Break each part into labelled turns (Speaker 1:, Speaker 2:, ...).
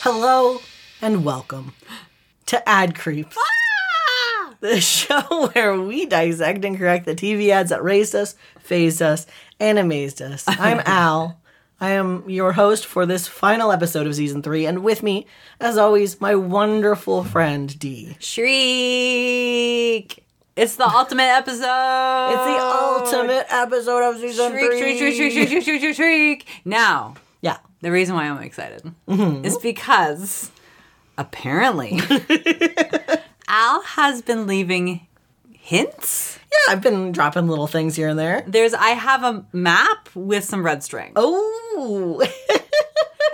Speaker 1: Hello and welcome to Ad Creeps,
Speaker 2: Ah!
Speaker 1: the show where we dissect and correct the TV ads that raised us, phased us, and amazed us. I'm Al. I am your host for this final episode of season three, and with me, as always, my wonderful friend Dee.
Speaker 2: Shriek! It's the ultimate episode.
Speaker 1: It's the ultimate episode of season
Speaker 2: Oh, Shriek,
Speaker 1: three.
Speaker 2: shriek, shriek, shriek, shriek, shriek, shriek, shriek, shriek. Now,
Speaker 1: Yeah.
Speaker 2: the reason why I'm excited
Speaker 1: Mm-hmm.
Speaker 2: is because apparently Al has been leaving hints.
Speaker 1: Yeah, I've been dropping little things here and there.
Speaker 2: There's I have a map with some red string.
Speaker 1: Oh,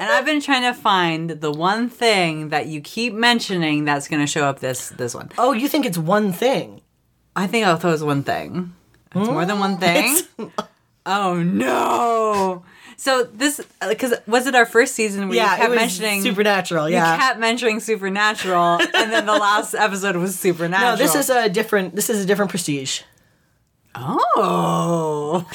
Speaker 2: And I've been trying to find the one thing that you keep mentioning that's gonna show up this this one.
Speaker 1: oh, you think it's one thing?
Speaker 2: I think I'll throw is one thing. It's more than
Speaker 1: Mm.
Speaker 2: one thing. Oh no! So this because was it our first season where
Speaker 1: yeah,
Speaker 2: you kept
Speaker 1: it was
Speaker 2: mentioning
Speaker 1: supernatural.
Speaker 2: you
Speaker 1: Yeah,
Speaker 2: kept mentioning supernatural, and then the last episode was supernatural.
Speaker 1: no, Oh, this is a different. This is a different prestige.
Speaker 2: oh.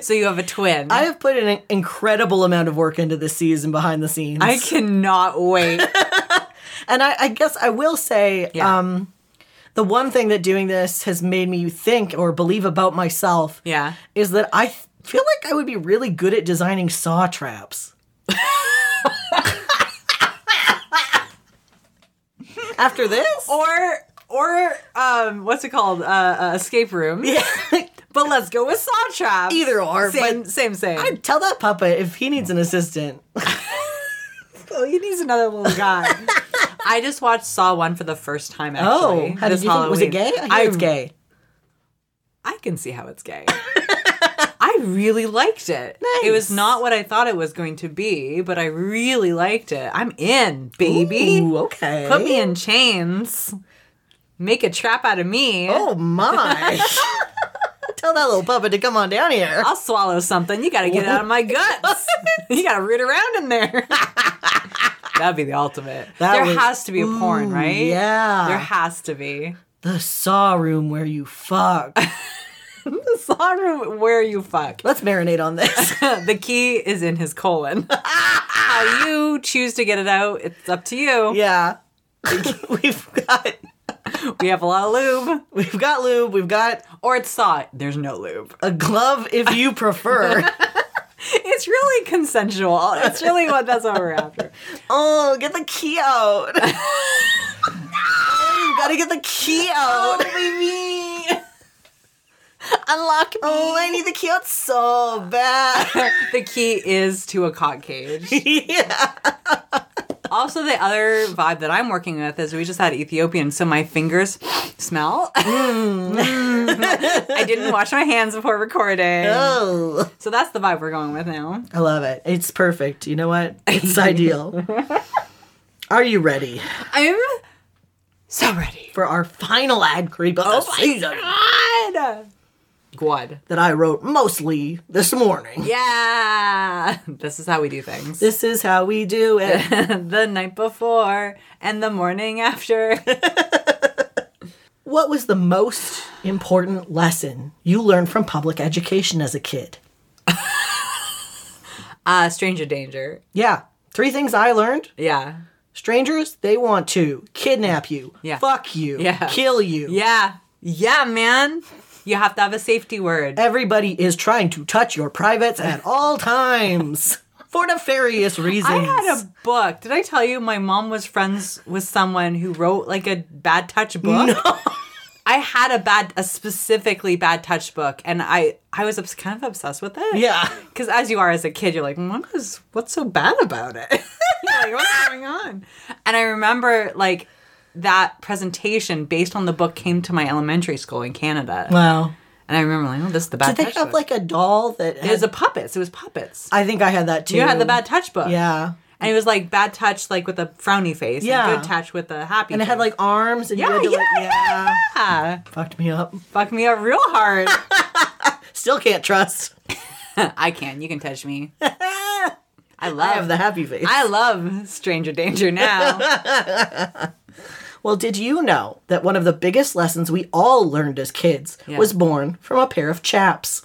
Speaker 2: so you have a twin.
Speaker 1: I have put an incredible amount of work into this season behind the scenes,
Speaker 2: I cannot wait.
Speaker 1: and I, I guess I will say,
Speaker 2: Yeah.
Speaker 1: um, the one thing that doing this has made me think or believe about myself,
Speaker 2: Yeah.
Speaker 1: is that I th- feel like I would be really good at designing saw traps. After this,
Speaker 2: Or or um, what's it called? Uh, uh, escape room. But let's go with saw traps.
Speaker 1: Either or,
Speaker 2: Same same same.
Speaker 1: tell that puppet if he needs an assistant.
Speaker 2: Oh, he needs another little guy. I just watched Saw One for the first time. Actually,
Speaker 1: Oh, how did
Speaker 2: this
Speaker 1: you think, was it gay?
Speaker 2: Halloween.
Speaker 1: I hear it's gay.
Speaker 2: I can see how it's gay. I really liked it. It was
Speaker 1: Nice.
Speaker 2: not what I thought it was going to be, but I really liked it. I'm in, baby.
Speaker 1: Ooh, okay.
Speaker 2: Put me in chains. Make a trap out of me.
Speaker 1: Oh my! Tell that little puppet to come on down here.
Speaker 2: I'll swallow something. You got to get it out of my guts. you got to root around in there. That'd be the ultimate.
Speaker 1: That
Speaker 2: there
Speaker 1: would-
Speaker 2: has to be a porn, right?
Speaker 1: yeah.
Speaker 2: There has to be.
Speaker 1: The saw room where you fuck.
Speaker 2: saw room where you fuck.
Speaker 1: Let's marinate on this.
Speaker 2: the key is in his colon. How you choose to get it out, it's up to you.
Speaker 1: yeah, we've got
Speaker 2: We have a lot of lube,
Speaker 1: we've got lube. We've got
Speaker 2: or it's saw. There's no lube.
Speaker 1: a glove if you prefer.
Speaker 2: It's really consensual. It's really what that's what we're after.
Speaker 1: oh, get the key out. oh, you gotta get the key out.
Speaker 2: baby. Unlock me.
Speaker 1: Oh, I need the key out so bad.
Speaker 2: The key is to a cock cage.
Speaker 1: yeah.
Speaker 2: Also, the other vibe that I'm working with is we just had Ethiopian, so my fingers smell. I didn't wash my hands before recording.
Speaker 1: Oh.
Speaker 2: So that's the vibe we're going with now.
Speaker 1: I love it. It's perfect. You know what? It's ideal. Are you ready
Speaker 2: I'm so ready.
Speaker 1: for our final ad creep of
Speaker 2: Oh
Speaker 1: the season
Speaker 2: God! Quad.
Speaker 1: that I wrote mostly this morning?
Speaker 2: Yeah! This is how we do things.
Speaker 1: This is how we do it.
Speaker 2: the night before and the morning after.
Speaker 1: what was the most important lesson you learned from public education as a kid?
Speaker 2: Uh, stranger danger.
Speaker 1: Yeah. Three things I learned.
Speaker 2: Yeah.
Speaker 1: Strangers, they want to kidnap you,
Speaker 2: Yeah.
Speaker 1: fuck you,
Speaker 2: Yeah.
Speaker 1: kill you.
Speaker 2: Yeah. Yeah, man. You have to have a safety word.
Speaker 1: Everybody is trying to touch your privates at all times for nefarious reasons.
Speaker 2: I had a book. Did I tell you my mom was friends with someone who wrote like a bad touch book? I had a bad, a specifically bad touch book, and I I was obs- kind of obsessed with it.
Speaker 1: Yeah.
Speaker 2: because as you are as a kid, you're like, what is what's so bad about it? You're like, what's going on? And I remember like that presentation based on the book came to my elementary school in Canada,
Speaker 1: Wow.
Speaker 2: and I remember like, oh, this is the bad.
Speaker 1: Did they
Speaker 2: touch
Speaker 1: have
Speaker 2: book.
Speaker 1: like a doll that
Speaker 2: it was
Speaker 1: has
Speaker 2: a puppets? It was puppets.
Speaker 1: I think I had that too.
Speaker 2: You had the bad touch book.
Speaker 1: Yeah.
Speaker 2: And it was like bad touch, like with a frowny face.
Speaker 1: Yeah.
Speaker 2: And good touch with a happy.
Speaker 1: And it had
Speaker 2: face.
Speaker 1: like arms and you
Speaker 2: yeah,
Speaker 1: had to
Speaker 2: yeah,
Speaker 1: like
Speaker 2: yeah, yeah.
Speaker 1: Fucked me up.
Speaker 2: Fuck me up real hard.
Speaker 1: Still can't trust.
Speaker 2: I can. You can touch me. I love.
Speaker 1: I have the happy face.
Speaker 2: I love Stranger Danger now.
Speaker 1: well, did you know that one of the biggest lessons we all learned as kids
Speaker 2: Yeah.
Speaker 1: was born from a pair of chaps?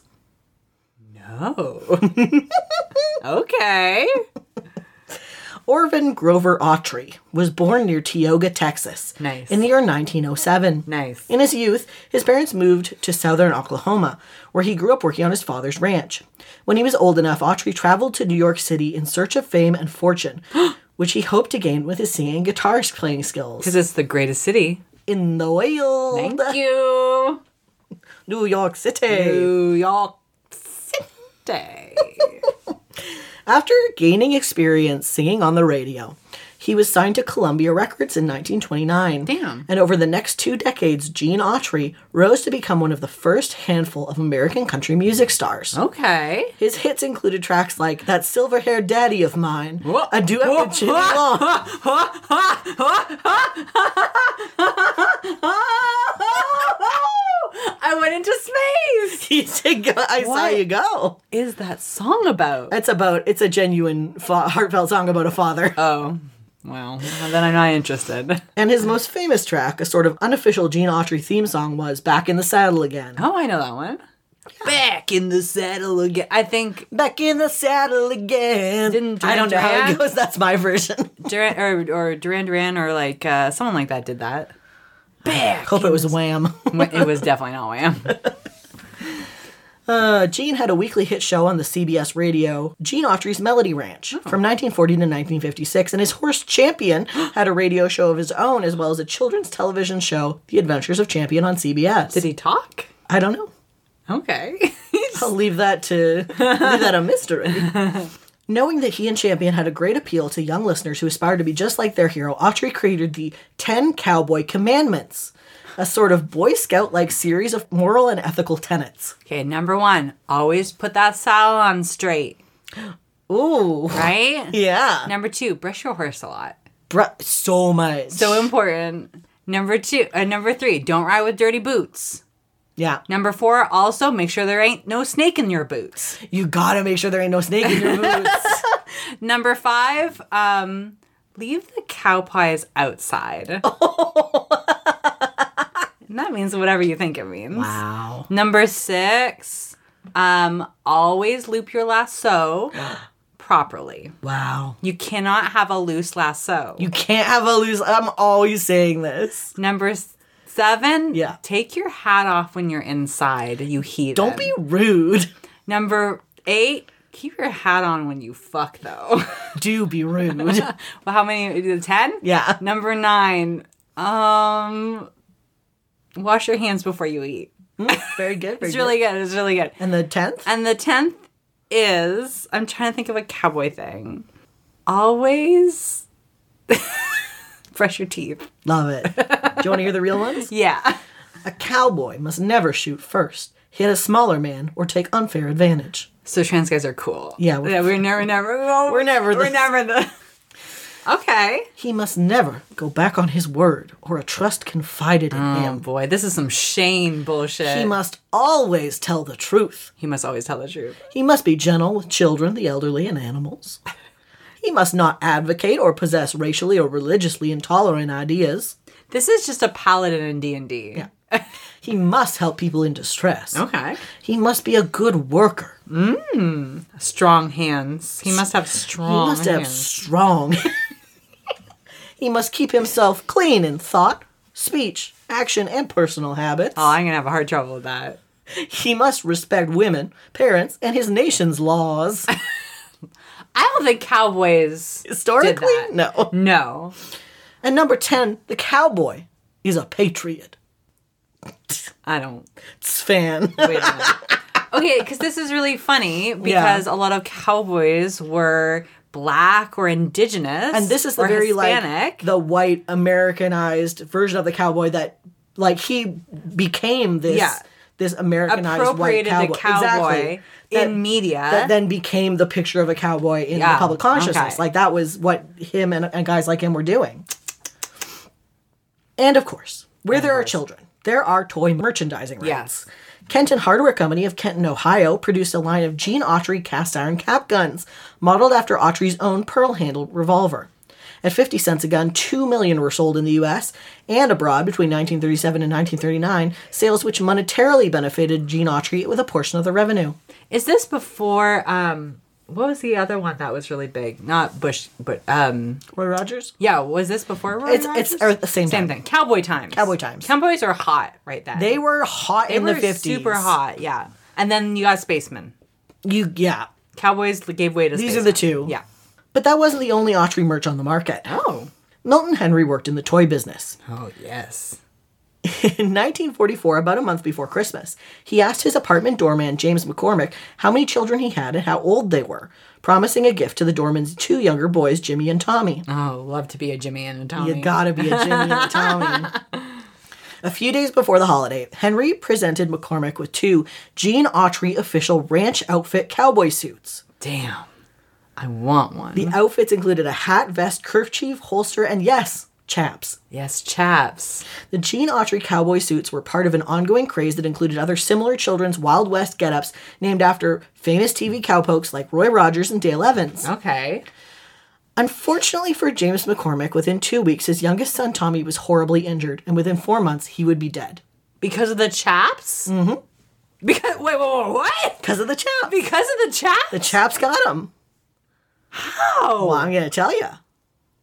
Speaker 2: oh. okay.
Speaker 1: Orvin Grover Autry was born near Tioga, Texas,
Speaker 2: Nice.
Speaker 1: in the year 1907.
Speaker 2: Nice.
Speaker 1: In his youth, his parents moved to southern Oklahoma, where he grew up working on his father's ranch. When he was old enough, Autry traveled to New York City in search of fame and fortune, which he hoped to gain with his singing and guitar playing skills.
Speaker 2: Because it's the greatest city.
Speaker 1: In the oil,
Speaker 2: Thank you.
Speaker 1: New York City.
Speaker 2: New York City.
Speaker 1: After gaining experience singing on the radio, he was signed to Columbia Records in 1929.
Speaker 2: Damn.
Speaker 1: And over the next two decades, Gene Autry rose to become one of the first handful of American country music stars.
Speaker 2: okay.
Speaker 1: His hits included tracks like That Silver Haired Daddy of Mine,
Speaker 2: Whoa,
Speaker 1: A Duet
Speaker 2: whoa,
Speaker 1: with Jimmy Long,
Speaker 2: I went into space.
Speaker 1: He said, "Go- I Saw
Speaker 2: What?
Speaker 1: You Go.
Speaker 2: Is that song about?
Speaker 1: It's about, it's a genuine fa- heartfelt song about a father.
Speaker 2: Oh, well, then I'm not interested.
Speaker 1: and his most famous track, a sort of unofficial Gene Autry theme song, was Back in the Saddle Again.
Speaker 2: Oh, I know that one. Back in the saddle again. I think
Speaker 1: Back in the saddle again.
Speaker 2: Didn't
Speaker 1: I don't know how
Speaker 2: Duran-
Speaker 1: it goes. That's my version.
Speaker 2: Duran or, or Duran Duran or like uh, someone like that did that. Back.
Speaker 1: Hope it was Wham.
Speaker 2: it was definitely not Wham.
Speaker 1: Uh, Gene had a weekly hit show on the CBS radio, Gene Autry's Melody Ranch, from 1940 to 1956, and his horse Champion had a radio show of his own, as well as a children's television show, The Adventures of Champion, on CBS.
Speaker 2: Did he talk?
Speaker 1: I don't know.
Speaker 2: Okay.
Speaker 1: I'll leave that to leave that a mystery. Knowing that he and Champion had a great appeal to young listeners who aspired to be just like their hero, Autry created the Ten Cowboy Commandments, a sort of Boy Scout like series of moral and ethical tenets.
Speaker 2: okay, number one, always put that saddle on straight,
Speaker 1: Ooh.
Speaker 2: right?
Speaker 1: Yeah.
Speaker 2: Number two, brush your horse a lot.
Speaker 1: Bruh, so much.
Speaker 2: So important. Number two, uh, number three, don't ride with dirty boots.
Speaker 1: yeah.
Speaker 2: Number four, also make sure there ain't no snake in your boots.
Speaker 1: You gotta make sure there ain't no snake in your boots.
Speaker 2: Number five, um, leave the cow pies outside. and that means whatever you think it means.
Speaker 1: wow.
Speaker 2: Number six, um, always loop your lasso properly.
Speaker 1: Wow.
Speaker 2: You cannot have a loose lasso.
Speaker 1: You can't have a loose. I'm always saying this.
Speaker 2: Number s- seven,
Speaker 1: Yeah.
Speaker 2: take your hat off when you're inside, you heathen.
Speaker 1: Don't be rude.
Speaker 2: Number eight, keep your hat on when you fuck, though.
Speaker 1: Do be rude.
Speaker 2: well, how many? Ten?
Speaker 1: Yeah.
Speaker 2: Number nine, um, wash your hands before you eat.
Speaker 1: Very good. Very
Speaker 2: It's really good. It's really good.
Speaker 1: And the tenth?
Speaker 2: And the tenth is I'm trying to think of a cowboy thing. Always brush your teeth.
Speaker 1: Love it. Do you want to hear the real ones?
Speaker 2: Yeah.
Speaker 1: A cowboy must never shoot first, hit a smaller man, or take unfair advantage.
Speaker 2: So trans guys are cool.
Speaker 1: Yeah,
Speaker 2: We're,
Speaker 1: we're-
Speaker 2: yeah, we're never, never. oh,
Speaker 1: We're never the-
Speaker 2: We're never the. Okay.
Speaker 1: He must never go back on his word or a trust confided in
Speaker 2: Oh
Speaker 1: him.
Speaker 2: boy, this is some Shane bullshit.
Speaker 1: He must always tell the truth.
Speaker 2: He must always tell the truth.
Speaker 1: He must be gentle with children, the elderly, and animals. He must not advocate or possess racially or religiously intolerant ideas.
Speaker 2: This is just a paladin in D and D. Yeah.
Speaker 1: He must help people in distress.
Speaker 2: Okay.
Speaker 1: He must be a good worker.
Speaker 2: Strong hands. He must have
Speaker 1: He
Speaker 2: strong.
Speaker 1: must have
Speaker 2: hands.
Speaker 1: strong. he must keep himself clean in thought, speech, action, and personal habits.
Speaker 2: Oh, I'm gonna have a hard trouble with that.
Speaker 1: He must respect women, parents, and his nation's laws.
Speaker 2: I don't think cowboys
Speaker 1: Historically,
Speaker 2: did that.
Speaker 1: no.
Speaker 2: No.
Speaker 1: And number 10, the cowboy is a patriot.
Speaker 2: I don't.
Speaker 1: It's fan.
Speaker 2: Wait a minute. okay, because this is really funny because a lot of cowboys were black or indigenous,
Speaker 1: And this is the
Speaker 2: or
Speaker 1: very
Speaker 2: Hispanic.
Speaker 1: like the white Americanized version of the cowboy that like he became this
Speaker 2: Yeah.
Speaker 1: this Americanized white
Speaker 2: appropriated
Speaker 1: cowboy.
Speaker 2: the cowboy
Speaker 1: Exactly.
Speaker 2: in
Speaker 1: That-
Speaker 2: media.
Speaker 1: that then became the picture of a cowboy in
Speaker 2: Yeah,
Speaker 1: the public consciousness.
Speaker 2: okay.
Speaker 1: Like that was what him and, and guys like him were doing. And of course, where there are children, there are toy merchandising rights.
Speaker 2: Yes.
Speaker 1: Kenton Hardware Company of Kenton, Ohio, produced a line of Gene Autry cast iron cap guns, modeled after Autry's own pearl-handled revolver. At 50 cents a gun, 2 million were sold in the US and abroad between 1937 and 1939, sales which monetarily benefited Gene Autry with a portion of the revenue.
Speaker 2: Is this before um what was the other one that was really big? Not Bush, but um,
Speaker 1: Roy Rogers?
Speaker 2: yeah, was this before? Roy
Speaker 1: It's- it's
Speaker 2: Rogers?
Speaker 1: at the same time.
Speaker 2: thing. Cowboy times.
Speaker 1: Cowboy times.
Speaker 2: Cowboys are hot right then.
Speaker 1: They were hot
Speaker 2: They
Speaker 1: in the
Speaker 2: were
Speaker 1: 50s.
Speaker 2: Super hot, yeah. And then you got Spaceman.
Speaker 1: You yeah.
Speaker 2: Cowboys gave way to.
Speaker 1: These are
Speaker 2: Spaceman.
Speaker 1: the two.
Speaker 2: Yeah.
Speaker 1: But that wasn't the only Autry merch on the market.
Speaker 2: Oh.
Speaker 1: Milton Henry worked in the toy business.
Speaker 2: Oh yes.
Speaker 1: In 1944, about a month before Christmas, he asked his apartment doorman, James McCormick, how many children he had and how old they were, promising a gift to the doorman's two younger boys, Jimmy and Tommy.
Speaker 2: Oh, love to be a Jimmy and a Tommy.
Speaker 1: You gotta be a Jimmy and a Tommy. A few days before the holiday, Henry presented McCormick with two Gene Autry official ranch outfit cowboy suits.
Speaker 2: Damn. I want one.
Speaker 1: The outfits included a hat, vest, kerchief, holster, and yes, chaps.
Speaker 2: yes, chaps.
Speaker 1: The Gene Autry cowboy suits were part of an ongoing craze that included other similar children's Wild West get-ups named after famous TV cowpokes like Roy Rogers and Dale Evans.
Speaker 2: Okay.
Speaker 1: Unfortunately for James McCormick, within two weeks, his youngest son Tommy was horribly injured, and within four months, he would be dead.
Speaker 2: Because of the chaps? Mm-hmm. Because wait, wait, wait, what?
Speaker 1: Because of the chaps.
Speaker 2: Because of the chaps?
Speaker 1: The chaps got him. How? Well, I'm going to tell you.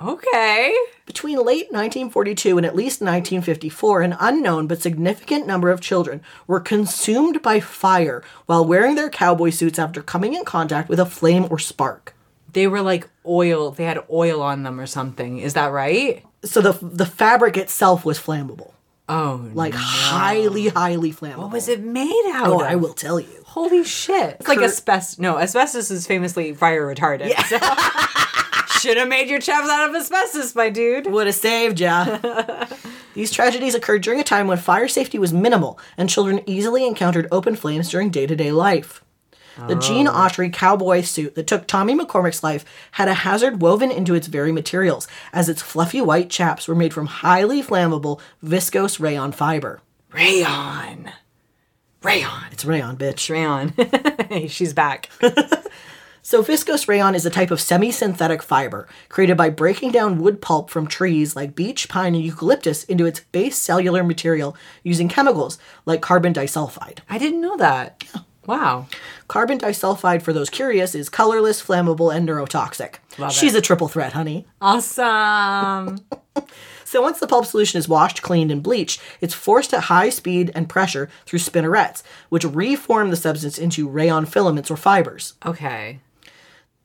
Speaker 2: okay.
Speaker 1: Between late 1942 and at least 1954, an unknown but significant number of children were consumed by fire while wearing their cowboy suits after coming in contact with a flame or spark.
Speaker 2: They were like oil. They had oil on them or something. Is that right?
Speaker 1: So the the fabric itself was flammable,
Speaker 2: Oh, like
Speaker 1: like highly, highly flammable.
Speaker 2: what was it made out
Speaker 1: Oh,
Speaker 2: of?
Speaker 1: I will tell you.
Speaker 2: Holy shit! It's like
Speaker 1: Cur-
Speaker 2: asbestos. No, asbestos is famously fire retardant. Should have made your chaps out of asbestos, my dude.
Speaker 1: Would have saved ya. These tragedies occurred during a time when fire safety was minimal and children easily encountered open flames during day to day life. The Gene Autry cowboy suit that took Tommy McCormick's life had a hazard woven into its very materials, as its fluffy white chaps were made from highly flammable viscose rayon fiber.
Speaker 2: Rayon, rayon,
Speaker 1: It's rayon, bitch.
Speaker 2: rayon. She's back.
Speaker 1: So, viscose rayon is a type of semi synthetic fiber created by breaking down wood pulp from trees like beech, pine, and eucalyptus into its base cellular material using chemicals like carbon disulfide.
Speaker 2: I didn't know that. Wow.
Speaker 1: Carbon disulfide, for those curious, is colorless, flammable, and neurotoxic.
Speaker 2: Love
Speaker 1: She's a triple threat, honey.
Speaker 2: Awesome.
Speaker 1: So once the pulp solution is washed, cleaned, and bleached, it's forced at high speed and pressure through spinnerets, which reform the substance into rayon filaments or fibers.
Speaker 2: Okay.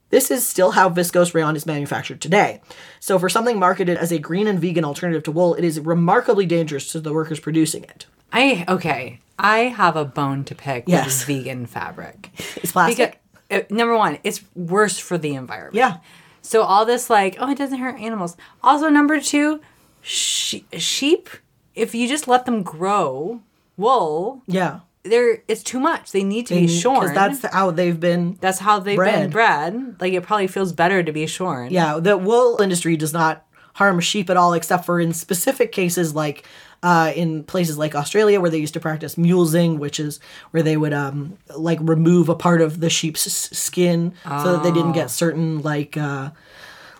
Speaker 1: This is still how viscose rayon is manufactured today. So for something marketed as a green and vegan alternative to wool, it is remarkably dangerous to the workers producing it.
Speaker 2: I okay. I have a bone to pick
Speaker 1: Yes.
Speaker 2: with vegan fabric.
Speaker 1: It's plastic.
Speaker 2: Because uh, number one, it's worse for the environment.
Speaker 1: yeah.
Speaker 2: So all this like, oh, it doesn't hurt animals. Also, number two, she- sheep. If you just let them grow wool,
Speaker 1: Yeah.
Speaker 2: they're it's too much. They need to be shorn.
Speaker 1: Because that's how they've been.
Speaker 2: That's how they've been
Speaker 1: bred.
Speaker 2: bred. Like it probably feels better to be shorn.
Speaker 1: Yeah, the wool industry does not harm sheep at all, except for in specific cases like uh, in places like Australia where they used to practice mulesing, which is where they would um, like remove a part of the sheep's s- skin so that they didn't get certain like. Uh,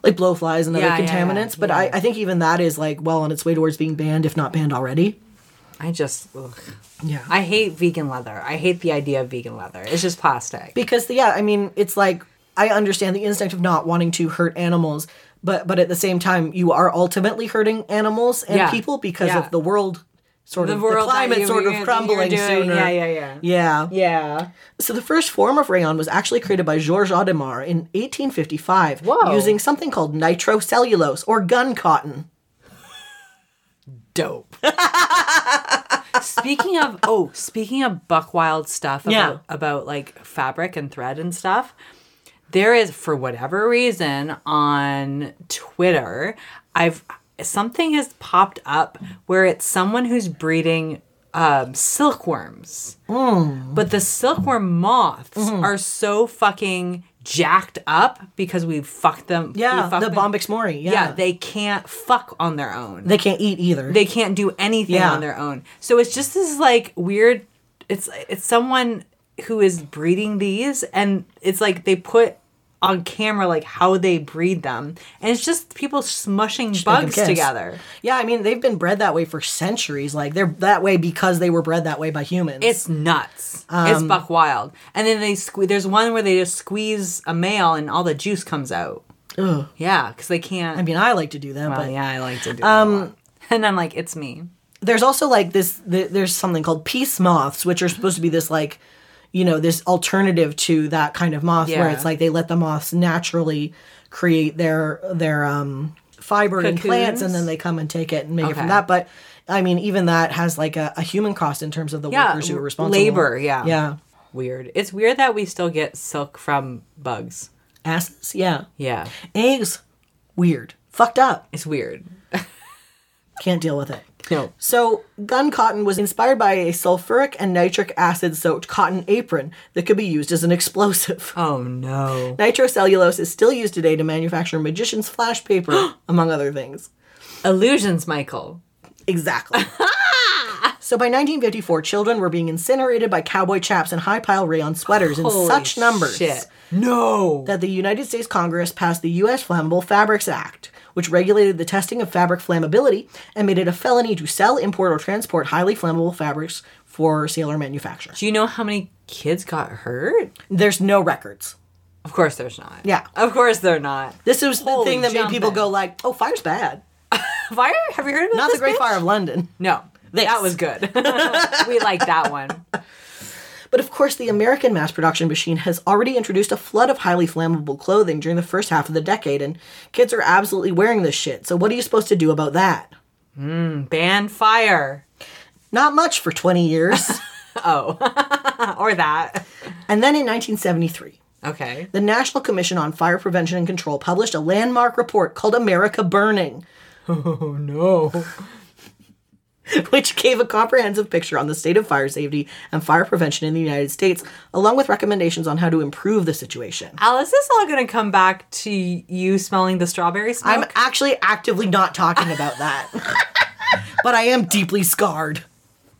Speaker 1: like blowflies and other
Speaker 2: Ah. Yeah, yeah, yeah,
Speaker 1: contaminants, but I,
Speaker 2: yeah.
Speaker 1: I think even that is like well on its way towards being banned, if not banned already.
Speaker 2: I just, ugh.
Speaker 1: Yeah,
Speaker 2: I hate vegan leather. I hate the idea of vegan leather. It's just plastic.
Speaker 1: because yeah i mean it's like i understand the instinct of not wanting to hurt animals but but at the same time you are ultimately hurting animals and
Speaker 2: Yeah.
Speaker 1: people because
Speaker 2: Yeah.
Speaker 1: of the world sort of the
Speaker 2: world that
Speaker 1: climate
Speaker 2: you-
Speaker 1: sort
Speaker 2: you-
Speaker 1: of
Speaker 2: you're
Speaker 1: crumbling
Speaker 2: doing.
Speaker 1: sooner
Speaker 2: Yeah, yeah, yeah.
Speaker 1: yeah.
Speaker 2: Yeah.
Speaker 1: So the first form of rayon was actually created by Georges Audemars in 1855
Speaker 2: Whoa.
Speaker 1: using something called nitrocellulose or gun cotton.
Speaker 2: dope. speaking of oh, speaking of buck wild stuff about,
Speaker 1: Yeah.
Speaker 2: about like fabric and thread and stuff, there is for whatever reason on Twitter, I've something has popped up where it's someone who's breeding um, silkworms.
Speaker 1: Mm.
Speaker 2: But the silkworm moths
Speaker 1: Mm-hmm.
Speaker 2: are so fucking jacked up because we fucked them. we
Speaker 1: Yeah,
Speaker 2: fucked
Speaker 1: the
Speaker 2: them-
Speaker 1: bombyx mori. Yeah.
Speaker 2: Yeah,
Speaker 1: they,
Speaker 2: they can't fuck on their own
Speaker 1: can't eat either.
Speaker 2: they can't do anything
Speaker 1: Yeah.
Speaker 2: on their own. So it's just this like weird. It's it's someone who is breeding these, and it's like they put on camera like how they breed them, and it's just people smushing bugs
Speaker 1: kiss.
Speaker 2: together.
Speaker 1: Yeah, I mean they've been bred that way for centuries. Like they're that way because they were bred that way by humans.
Speaker 2: It's nuts. it's
Speaker 1: Um,
Speaker 2: buck wild. And then they squeeze. There's one where they just squeeze a male and all the juice comes out.
Speaker 1: Ugh.
Speaker 2: Yeah, because they can't.
Speaker 1: I mean I like to do that,
Speaker 2: well,
Speaker 1: but
Speaker 2: yeah, I like to do. Um, and I'm like, it's me.
Speaker 1: there's also like this th- there's something called peace moths which are supposed to be this like you know this alternative to that kind of moth where
Speaker 2: Yeah.
Speaker 1: it's like they let the moths naturally create their their um fiber in plants and
Speaker 2: Cocoons?
Speaker 1: then they come and take it and make it from
Speaker 2: Okay.
Speaker 1: that but i mean even that has like a, a human cost in terms of the
Speaker 2: Yeah,
Speaker 1: workers who are
Speaker 2: l-
Speaker 1: responsible
Speaker 2: labor, yeah.
Speaker 1: yeah
Speaker 2: Weird. It's weird that we still get silk from bugs.
Speaker 1: asses yeah
Speaker 2: Yeah,
Speaker 1: eggs weird fucked up
Speaker 2: it's weird.
Speaker 1: can't deal with it
Speaker 2: No.
Speaker 1: So, gun cotton was inspired by a sulfuric and nitric acid soaked cotton apron that could be used as an explosive.
Speaker 2: Oh no.
Speaker 1: Nitrocellulose is still used today to manufacture magicians' flash paper, among other things.
Speaker 2: Illusions, Michael.
Speaker 1: Exactly. so, by 1954, children were being incinerated by cowboy chaps in high pile rayon sweaters in
Speaker 2: Holy
Speaker 1: such numbers
Speaker 2: Shit. No.
Speaker 1: that the United States Congress passed the U.S. Flammable Fabrics Act, which regulated the testing of fabric flammability and made it a felony to sell, import, or transport highly flammable fabrics for sale or manufacture.
Speaker 2: Do you know how many kids got hurt?
Speaker 1: There's no records.
Speaker 2: Of course, there's not.
Speaker 1: Yeah.
Speaker 2: Of course, they're not.
Speaker 1: This is the
Speaker 2: Holy
Speaker 1: thing that made people
Speaker 2: jumpin'.
Speaker 1: go like, "Oh, fire's bad."
Speaker 2: Fire? Have you heard about
Speaker 1: Not
Speaker 2: this
Speaker 1: the Great
Speaker 2: bitch?
Speaker 1: Fire of London.
Speaker 2: No.
Speaker 1: This.
Speaker 2: That was good. we like that one.
Speaker 1: But of course, the American mass production machine has already introduced a flood of highly flammable clothing during the first half of the decade, and kids are absolutely wearing this shit. So, what are you supposed to do about that?
Speaker 2: Ban fire.
Speaker 1: Not much for 20 years.
Speaker 2: Or that.
Speaker 1: and then in 1973,
Speaker 2: Okay.
Speaker 1: the National Commission on Fire Prevention and Control published a landmark report called America Burning,
Speaker 2: Oh no.
Speaker 1: which gave a comprehensive picture on the state of fire safety and fire prevention in the United States, along with recommendations on how to improve the situation.
Speaker 2: Al, is this all going to come back to you smelling the strawberry smoke?
Speaker 1: I'm actually actively not talking about that. but I am deeply scarred.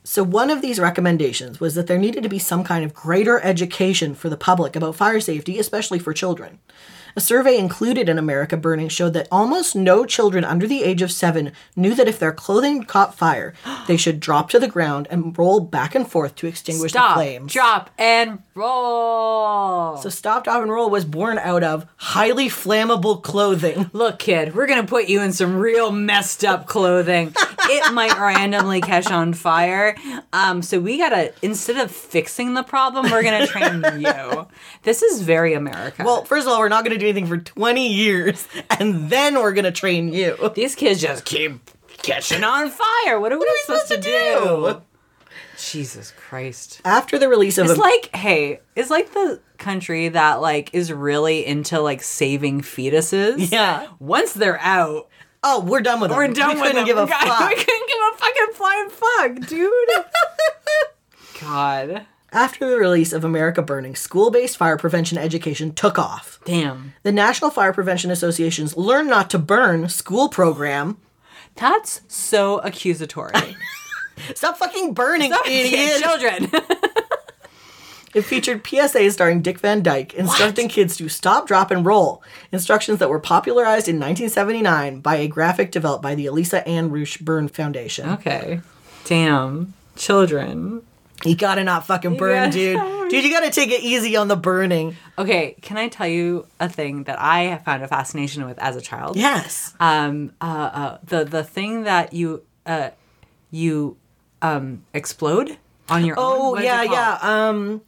Speaker 1: So, one of these recommendations was that there needed to be some kind of greater education for the public about fire safety, especially for children. A survey included in America Burning showed that almost no children under the age of seven knew that if their clothing caught fire, they should drop to the ground and roll back and forth to extinguish the
Speaker 2: Stop,
Speaker 1: flames.
Speaker 2: drop, and roll.
Speaker 1: so, stop, drop, and roll was born out of highly flammable clothing.
Speaker 2: Look, kid, we're going to put you in some real messed up clothing. it might randomly catch on fire. Um, so we got to, instead of fixing the problem, we're going to train you. This is very America.
Speaker 1: Well, first of all, we're not going to do anything for 20 years, and then we're going to train you.
Speaker 2: These kids just keep catching on fire. What are we, supposed, to, do? Jesus Christ.
Speaker 1: After the release of
Speaker 2: It's
Speaker 1: a-
Speaker 2: like, hey, it's like the country that like is really into like saving fetuses.
Speaker 1: Yeah.
Speaker 2: Once they're out,
Speaker 1: oh, we're done with it.
Speaker 2: we're done
Speaker 1: we
Speaker 2: with
Speaker 1: couldn't
Speaker 2: them.
Speaker 1: give a
Speaker 2: God, We
Speaker 1: fuck.
Speaker 2: couldn't give a fucking flying fuck, dude. God.
Speaker 1: After the release of America Burning, school-based fire prevention education took off.
Speaker 2: Damn.
Speaker 1: The National Fire Prevention Association's Learn Not to Burn school program.
Speaker 2: That's so accusatory.
Speaker 1: Stop fucking burning, idiot!
Speaker 2: Children.
Speaker 1: It featured PSAs starring Dick Van Dyke instructing kids to stop, drop, and roll. Instructions that were popularized in 1979 by a graphic developed by the Elisa Ann Roosh Burn Foundation.
Speaker 2: okay. Damn. Children.
Speaker 1: You gotta not fucking burn,
Speaker 2: gotta-
Speaker 1: dude. Dude, you gotta take it easy on the burning.
Speaker 2: Okay, can I tell you a thing that I have found a fascination with as a child?
Speaker 1: Yes.
Speaker 2: Um, uh, uh, the the thing that you uh, you um explode on your own.
Speaker 1: Oh
Speaker 2: What is it
Speaker 1: yeah,
Speaker 2: called?
Speaker 1: yeah. Um,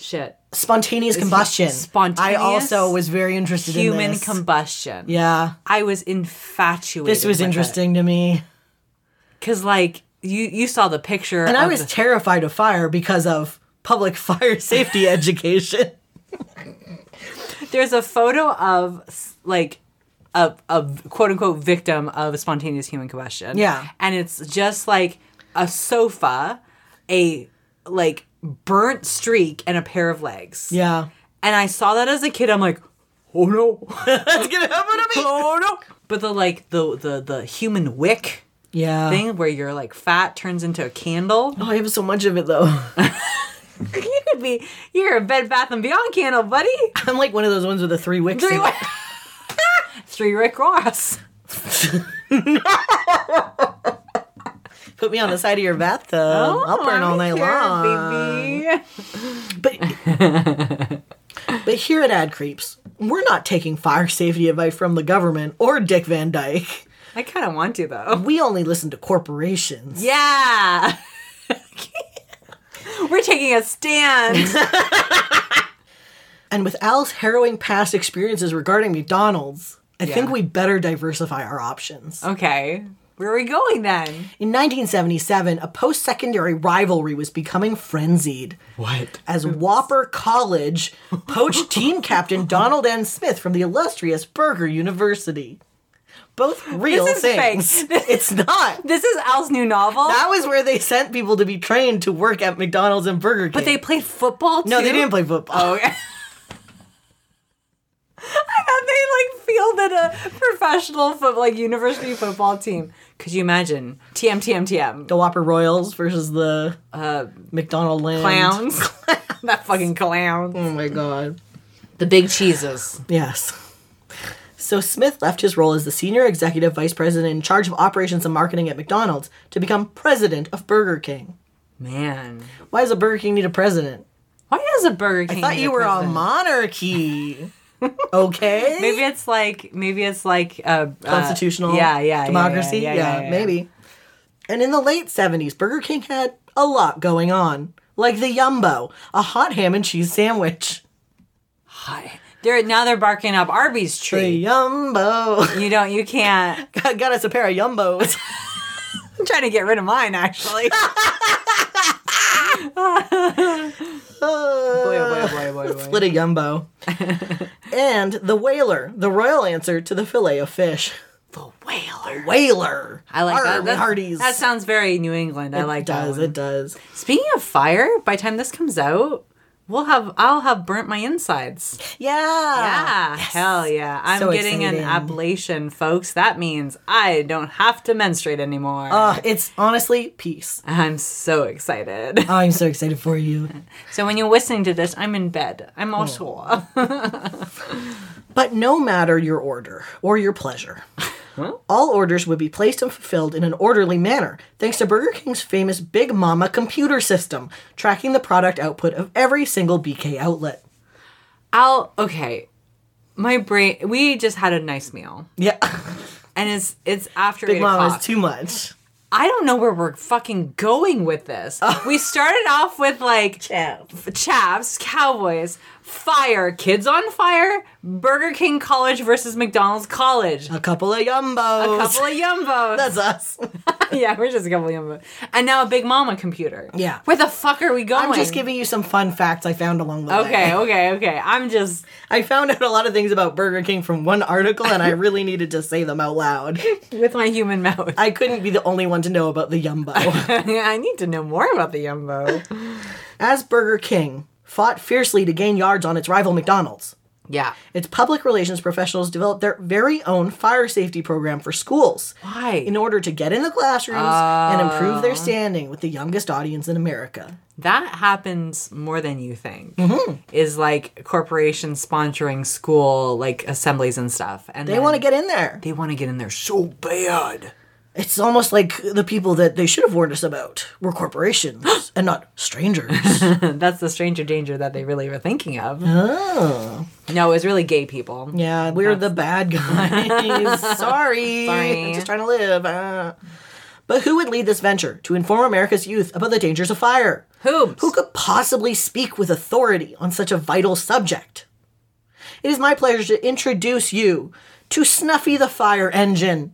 Speaker 2: Shit.
Speaker 1: spontaneous combustion. I
Speaker 2: spontaneous?
Speaker 1: also was very interested in
Speaker 2: Human
Speaker 1: this.
Speaker 2: combustion.
Speaker 1: yeah,
Speaker 2: I was infatuated.
Speaker 1: this was interesting to me,
Speaker 2: because like you you saw the picture
Speaker 1: and I
Speaker 2: of
Speaker 1: was
Speaker 2: the-
Speaker 1: terrified of fire because of public fire safety education.
Speaker 2: there's a photo of s- like a, a quote unquote victim of spontaneous human combustion.
Speaker 1: Yeah.
Speaker 2: And it's just like a sofa, a like burnt streak, and a pair of legs.
Speaker 1: Yeah,
Speaker 2: And I saw that as a kid. I'm like, oh no,
Speaker 1: that's gonna happen to me.
Speaker 2: oh no. But the like the the the human wick
Speaker 1: Yeah.
Speaker 2: thing where your like fat turns into a candle.
Speaker 1: Oh, I have so much of it though.
Speaker 2: You could be. You're a Bed Bath and Beyond candle, buddy.
Speaker 1: I'm like one of those ones with the three wicks.
Speaker 2: Three,
Speaker 1: in it.
Speaker 2: three Rick Ross.
Speaker 1: Put me on the side of your bathtub. I'll burn all night
Speaker 2: I'm here,
Speaker 1: long.
Speaker 2: Oh, baby.
Speaker 1: But but here at Ad Creeps, we're not taking fire safety advice from the government or Dick Van Dyke.
Speaker 2: I kind of want to though.
Speaker 1: We only listen to corporations.
Speaker 2: Yeah. We're taking a stand.
Speaker 1: And with Al's harrowing past experiences regarding McDonald's, I think
Speaker 2: Yeah.
Speaker 1: we better diversify our options.
Speaker 2: okay. Where are we going then?
Speaker 1: In 1977, a post secondary rivalry was becoming frenzied.
Speaker 2: What?
Speaker 1: as Whopper College poached team captain Donald N. Smith from the illustrious Burger University. Both real
Speaker 2: is fake.
Speaker 1: things. It's not.
Speaker 2: This is Al's new novel.
Speaker 1: That was where they sent people to be trained to work at McDonald's and Burger King.
Speaker 2: but they played football too.
Speaker 1: no, they didn't play football.
Speaker 2: Oh, okay. I thought they like fielded a professional football, like university football team. Could you imagine? TM, TM, TM.
Speaker 1: The Whopper Royals versus the
Speaker 2: Uh,
Speaker 1: McDonald Land.
Speaker 2: clowns. that fucking clown.
Speaker 1: Oh my god.
Speaker 2: The big cheeses.
Speaker 1: Yes. So Smith left his role as the senior executive vice president in charge of operations and marketing at McDonald's to become president of Burger King.
Speaker 2: Man.
Speaker 1: Why does a Burger King need a president?
Speaker 2: Why does a Burger King?
Speaker 1: I thought
Speaker 2: need
Speaker 1: you
Speaker 2: a
Speaker 1: were a
Speaker 2: president?
Speaker 1: monarchy. okay.
Speaker 2: Maybe it's like maybe it's like a
Speaker 1: constitutional.
Speaker 2: yeah, yeah, yeah,
Speaker 1: democracy.
Speaker 2: yeah, yeah, yeah, yeah.
Speaker 1: maybe. And in the late 70s, Burger King had a lot going on, like the Yumbo, a hot ham and cheese sandwich.
Speaker 2: Hi. They're now they're barking up Arby's tree.
Speaker 1: The Yumbo.
Speaker 2: You don't. You can't.
Speaker 1: Got got us a pair of Yumbos.
Speaker 2: I'm trying to get rid of mine actually.
Speaker 1: Uh,
Speaker 2: boy, oh, boy, oh, boy, oh, boy, oh, boy.
Speaker 1: Split a Yumbo. and the Whaler, the royal answer to the fillet of fish.
Speaker 2: The whaler.
Speaker 1: Whaler.
Speaker 2: I like
Speaker 1: Arr,
Speaker 2: that. That's-
Speaker 1: Hardee's.
Speaker 2: That sounds very New England. I like
Speaker 1: it does.
Speaker 2: that. One.
Speaker 1: It does.
Speaker 2: Speaking of fire, by the time this comes out, we'll have I'll have burnt my insides. Yeah, Ah, hell yeah! I'm
Speaker 1: So
Speaker 2: getting
Speaker 1: exciting.
Speaker 2: an ablation, folks. That means I don't have to menstruate anymore.
Speaker 1: Uh, it's honestly peace.
Speaker 2: I'm so excited.
Speaker 1: I'm so excited for you.
Speaker 2: So when you're listening to this, I'm in bed. I'm all sore.
Speaker 1: But no matter your order or your pleasure, all orders would be placed and fulfilled in an orderly manner thanks to Burger King's famous Big Mama computer system, tracking the product output of every single BK outlet.
Speaker 2: I'll okay. My brain. We just had a nice meal,
Speaker 1: Yeah,
Speaker 2: and it's it's after
Speaker 1: Big
Speaker 2: eight
Speaker 1: Mama
Speaker 2: o'clock.
Speaker 1: is too much.
Speaker 2: I don't know where we're fucking going with this. We started off with like f- Oh. chaps, cowboys, fire, kids on fire, Burger King College versus McDonald's College, a
Speaker 1: A couple of yumbos.
Speaker 2: couple of yumbos.
Speaker 1: That's us.
Speaker 2: yeah, we're just a couple of yumbos, and now a Big Mama computer.
Speaker 1: Yeah.
Speaker 2: where the fuck are we going?
Speaker 1: I'm just giving you some fun facts I found along the way.
Speaker 2: Okay, okay, okay. I'm just
Speaker 1: I found out a lot of things about Burger King from one article, and I really needed to say them out loud.
Speaker 2: with my human mouth.
Speaker 1: I couldn't be the only one to know about the Yumbo.
Speaker 2: I need to know more about the Yumbo.
Speaker 1: As Burger King fought fiercely to gain yards on its rival McDonald's,
Speaker 2: Yeah.
Speaker 1: its public relations professionals developed their very own fire safety program for schools
Speaker 2: Why?
Speaker 1: in order to get in the classrooms and improve
Speaker 2: Oh.
Speaker 1: their standing with the youngest audience in America.
Speaker 2: that happens more than you think.
Speaker 1: Mm-hmm.
Speaker 2: Is like corporations sponsoring school like assemblies and stuff, and
Speaker 1: They want to get in there.
Speaker 2: they want to get in there so bad.
Speaker 1: It's almost like the people that they should have warned us about were corporations and not strangers.
Speaker 2: That's the stranger danger that they really were thinking of.
Speaker 1: Oh.
Speaker 2: No, it was really gay people.
Speaker 1: Yeah, we're the bad guys. Sorry.
Speaker 2: Sorry.
Speaker 1: I'm just trying to live. Ah. But who would lead this venture to inform America's youth about the dangers of fire?
Speaker 2: Who?
Speaker 1: Who could possibly speak with authority on such a vital subject? It is my pleasure to introduce you to Snuffy the Fire Engine,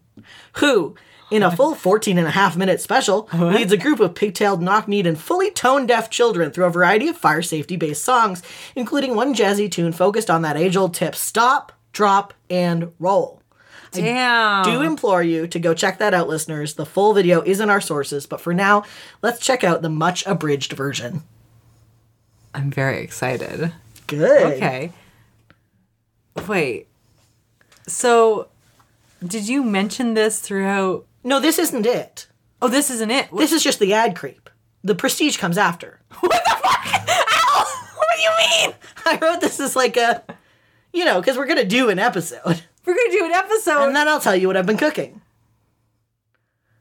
Speaker 1: who, in a full 14 and a half minute special, leads a group of pigtailed, knock kneed, and fully tone deaf children through a variety of fire safety based songs, including one jazzy tune focused on that age old tip stop, drop, and roll.
Speaker 2: Damn.
Speaker 1: Do implore you to go check that out, listeners. The full video is in our sources, but for now, let's check out the much abridged version.
Speaker 2: I'm very excited.
Speaker 1: Good.
Speaker 2: Okay. Wait. So, did you mention this throughout?
Speaker 1: No, this isn't it.
Speaker 2: Oh, this isn't it.
Speaker 1: This is just the ad creep. The prestige comes after. I wrote this as like a, you know, because we're gonna do an episode,
Speaker 2: We're gonna do an episode.
Speaker 1: and then I'll tell you what I've been cooking.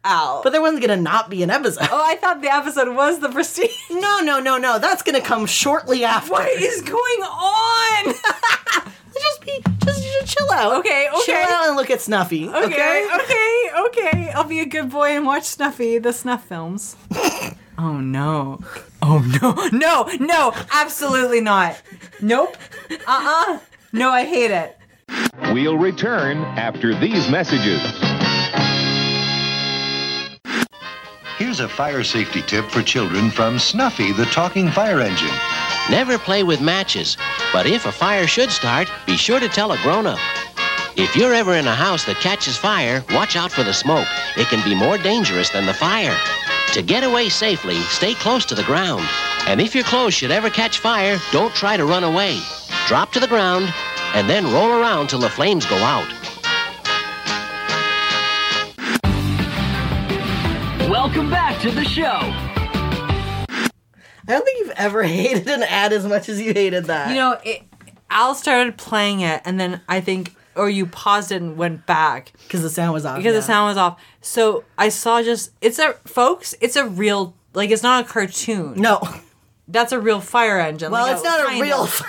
Speaker 2: Ow.
Speaker 1: But there wasn't gonna not be an episode.
Speaker 2: oh, I thought the episode was the prestige.
Speaker 1: No, no, no, no. That's gonna come shortly after.
Speaker 2: What is going on?
Speaker 1: Just be, just, just chill out.
Speaker 2: Okay,
Speaker 1: Chill
Speaker 2: okay.
Speaker 1: out and look at Snuffy. Okay.
Speaker 2: Okay, okay, okay. I'll be a good boy and watch Snuffy, the snuff films. oh no. Oh no. No, no, absolutely not. Nope. Uh uh No, I hate it.
Speaker 3: We'll return after these messages.
Speaker 4: Here's a fire safety tip for children from Snuffy the Talking Fire Engine.
Speaker 5: Never play with matches, but if a fire should start, be sure to tell a grown up. If you're ever in a house that catches fire, watch out for the smoke. It can be more dangerous than the fire. To get away safely, stay close to the ground. And if your clothes should ever catch fire, don't try to run away. Drop to the ground and then roll around till the flames go out.
Speaker 6: Welcome back to the show.
Speaker 1: I don't think you've ever hated an ad as much as you hated that.
Speaker 2: You know, it, Al started playing it, and then I think, or you paused it and went back.
Speaker 1: because the sound was off.
Speaker 2: because
Speaker 1: yeah.
Speaker 2: the sound was off. So I saw just it's a folks, it's a real like it's not a cartoon.
Speaker 1: No.
Speaker 2: That's a real fire engine.
Speaker 1: Well,
Speaker 2: like
Speaker 1: it's not a
Speaker 2: kind
Speaker 1: real.
Speaker 2: of-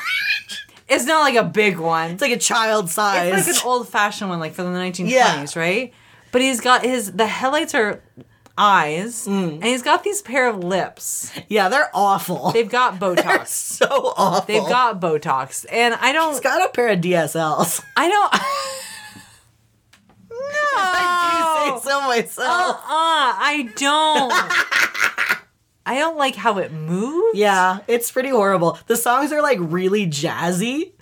Speaker 2: it's not like a big one. It's
Speaker 1: It's like a child
Speaker 2: like,
Speaker 1: size.
Speaker 2: an old fashioned one, like from the 1920s,
Speaker 1: Yeah.
Speaker 2: right? But he's got his the headlights are eyes,
Speaker 1: Mm.
Speaker 2: and he's got these pair of lips.
Speaker 1: yeah, they're awful.
Speaker 2: They've got Botox.
Speaker 1: so awful.
Speaker 2: They've got Botox, and I don't.
Speaker 1: He's got a pair of DSLs.
Speaker 2: I don't.
Speaker 1: I
Speaker 2: no.
Speaker 1: do say so myself.
Speaker 2: Uh, I don't. I don't like how it moves.
Speaker 1: Yeah, it's pretty horrible. The songs are like really jazzy.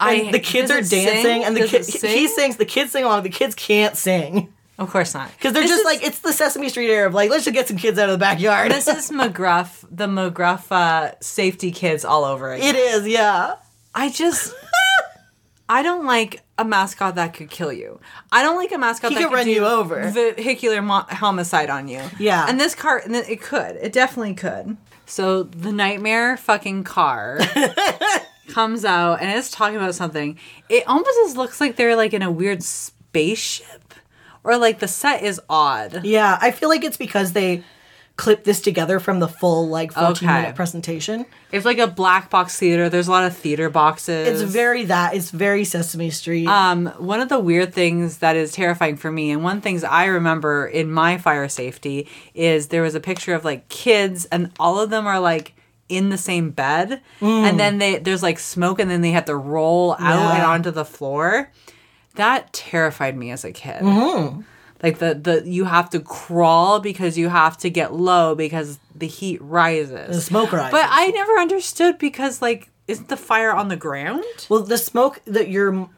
Speaker 2: I,
Speaker 1: the kids are
Speaker 2: does it sing?
Speaker 1: dancing, and the
Speaker 2: Does
Speaker 1: kid
Speaker 2: it sing?
Speaker 1: he sings. The kids sing along. The kids can't sing
Speaker 2: Of course not,
Speaker 1: because they're
Speaker 2: This
Speaker 1: just
Speaker 2: is-
Speaker 1: like it's the Sesame Street era of like let's just get some kids out of the backyard.
Speaker 2: this is McGruff, the McGruff uh, safety kids all over again.
Speaker 1: it is, yeah.
Speaker 2: I just, I don't like a mascot that could kill you. I don't like a mascot
Speaker 1: He
Speaker 2: that
Speaker 1: could run
Speaker 2: do
Speaker 1: you over.
Speaker 2: vehicular mo- homicide on you.
Speaker 1: Yeah.
Speaker 2: and this car, and it could, it definitely could. So the nightmare fucking car. comes out and it's talking about something it almost just looks like they're like in a weird spaceship or like the set is odd
Speaker 1: Yeah, I feel like it's because they clipped this together from the full like 14
Speaker 2: Okay.
Speaker 1: minute presentation.
Speaker 2: It's like a black box theater. There's a lot of theater boxes.
Speaker 1: It's very that. It's very Sesame Street.
Speaker 2: um, one of the weird things that is terrifying for me, and one of the things I remember in my fire safety is there was a picture of like kids, and all of them are like in the same bed,
Speaker 1: Mm.
Speaker 2: and then they there's like smoke, and then they have to roll out and
Speaker 1: Yeah.
Speaker 2: onto the floor. That terrified me as a kid.
Speaker 1: Mm-hmm.
Speaker 2: Like the the you have to crawl because you have to get low because the heat rises.
Speaker 1: the smoke rises.
Speaker 2: But I never understood because like isn't the fire on the ground?
Speaker 1: well, the smoke that you're m-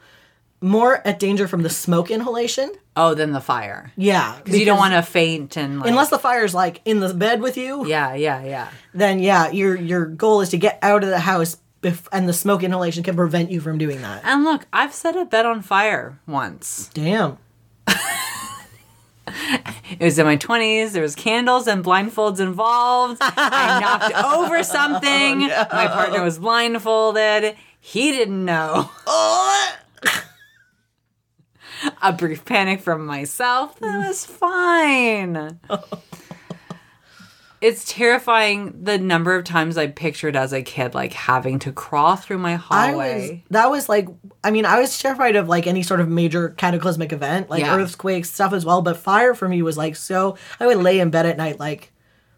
Speaker 1: more at danger from the smoke inhalation.
Speaker 2: Oh, then the fire.
Speaker 1: Yeah,
Speaker 2: Because you don't want to faint and like
Speaker 1: Unless the fire's like in the bed with you,
Speaker 2: Yeah, yeah, yeah.
Speaker 1: then yeah, your your goal is to get out of the house, bef- and the smoke inhalation can prevent you from doing that.
Speaker 2: And look, I've set a bed on fire once.
Speaker 1: Damn.
Speaker 2: It was in my twenties, there was candles and blindfolds involved. I knocked over something. My partner was blindfolded. He didn't know. a brief panic from myself. That was fine. it's terrifying the number of times I pictured as a kid, like having to crawl through my
Speaker 1: I
Speaker 2: hallway.
Speaker 1: was that was like I mean I was terrified of like any sort of major cataclysmic event like
Speaker 2: Yeah.
Speaker 1: earthquakes stuff as well but fire for me was like so I would lay in bed at night like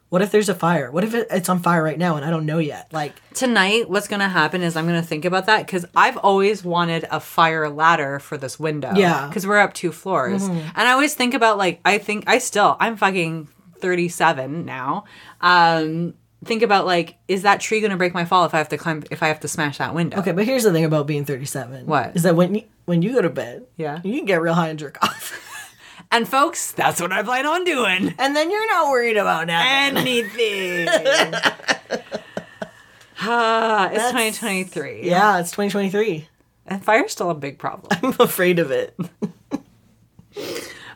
Speaker 1: what if there's a fire what if it, it's on fire right now and I don't know yet like
Speaker 2: Tonight, what's going to happen is I'm going to think about that because I've always wanted a fire ladder for this window.
Speaker 1: Yeah. Mm-hmm.
Speaker 2: Because we're up two floors. And I always think about, like, I think, I still, I'm fucking 37 now. Um, think about like is that tree going to break my fall if i have to climb if i have to smash that window
Speaker 1: okay but here's the thing about being 37
Speaker 2: What?
Speaker 1: is that when you when you go to bed
Speaker 2: Yeah.
Speaker 1: you can get real high and jerk off
Speaker 2: And folks, that's what I plan on doing.
Speaker 1: and then you're not worried about
Speaker 2: Eh.
Speaker 1: that
Speaker 2: Anything. Ah, it's 2023.
Speaker 1: yeah it's 2023
Speaker 2: And fire's still a big problem.
Speaker 1: I'm afraid of it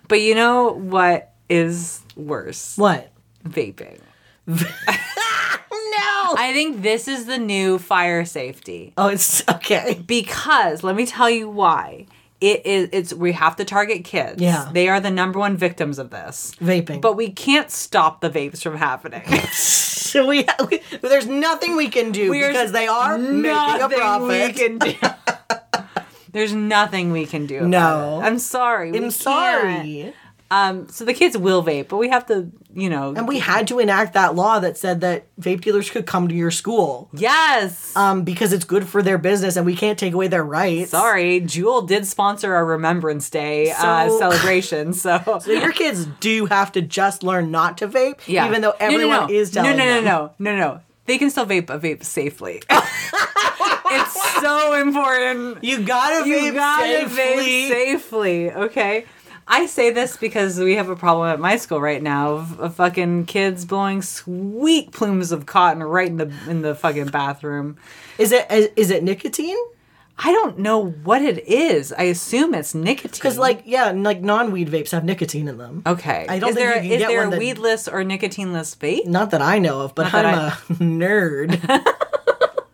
Speaker 2: but you know what is worse?
Speaker 1: what
Speaker 2: Vaping.
Speaker 1: hell?
Speaker 2: I think this is the new fire safety
Speaker 1: oh, it's okay.
Speaker 2: because let me tell you why. It is it's we have to target kids.
Speaker 1: Yeah.
Speaker 2: They are the number one victims of this.
Speaker 1: Vaping.
Speaker 2: But we can't stop the vapes from happening.
Speaker 1: So we, we there's nothing we can do
Speaker 2: There's
Speaker 1: because they are making a
Speaker 2: nothing
Speaker 1: profit.
Speaker 2: We can do. There's nothing we can do. about
Speaker 1: No.
Speaker 2: it. I'm sorry. we
Speaker 1: I'm
Speaker 2: can't.
Speaker 1: sorry.
Speaker 2: Um, so the kids will vape, but we have to, you know.
Speaker 1: And we had to enact that law that said that vape dealers could come to your school
Speaker 2: yes.
Speaker 1: um, because it's good for their business and we can't take away their rights.
Speaker 2: sorry, Jewel did sponsor our Remembrance Day uh,
Speaker 1: So-
Speaker 2: celebration, so.
Speaker 1: But your kids do have to just learn not to vape, even though
Speaker 2: No, no,
Speaker 1: everyone
Speaker 2: no.
Speaker 1: is telling
Speaker 2: No, no, no,
Speaker 1: them.
Speaker 2: no, no, no, no. They can still vape a vape safely. it's so important.
Speaker 1: You gotta vape
Speaker 2: you gotta
Speaker 1: safely.
Speaker 2: vape safely, okay? I say this because we have a problem at my school right now of, of fucking kids blowing sweet plumes of cotton right in the in the fucking bathroom.
Speaker 1: Is it is, is it nicotine?
Speaker 2: I don't know what it is. I assume it's nicotine.
Speaker 1: Because like yeah, and, like non weed vapes have nicotine in them.
Speaker 2: okay,
Speaker 1: I don't
Speaker 2: is
Speaker 1: think
Speaker 2: there
Speaker 1: you can
Speaker 2: is
Speaker 1: get
Speaker 2: there
Speaker 1: one
Speaker 2: a
Speaker 1: that-
Speaker 2: weedless or nicotineless vape?
Speaker 1: Not that I know of, but
Speaker 2: Not that
Speaker 1: I'm
Speaker 2: I-
Speaker 1: a nerd.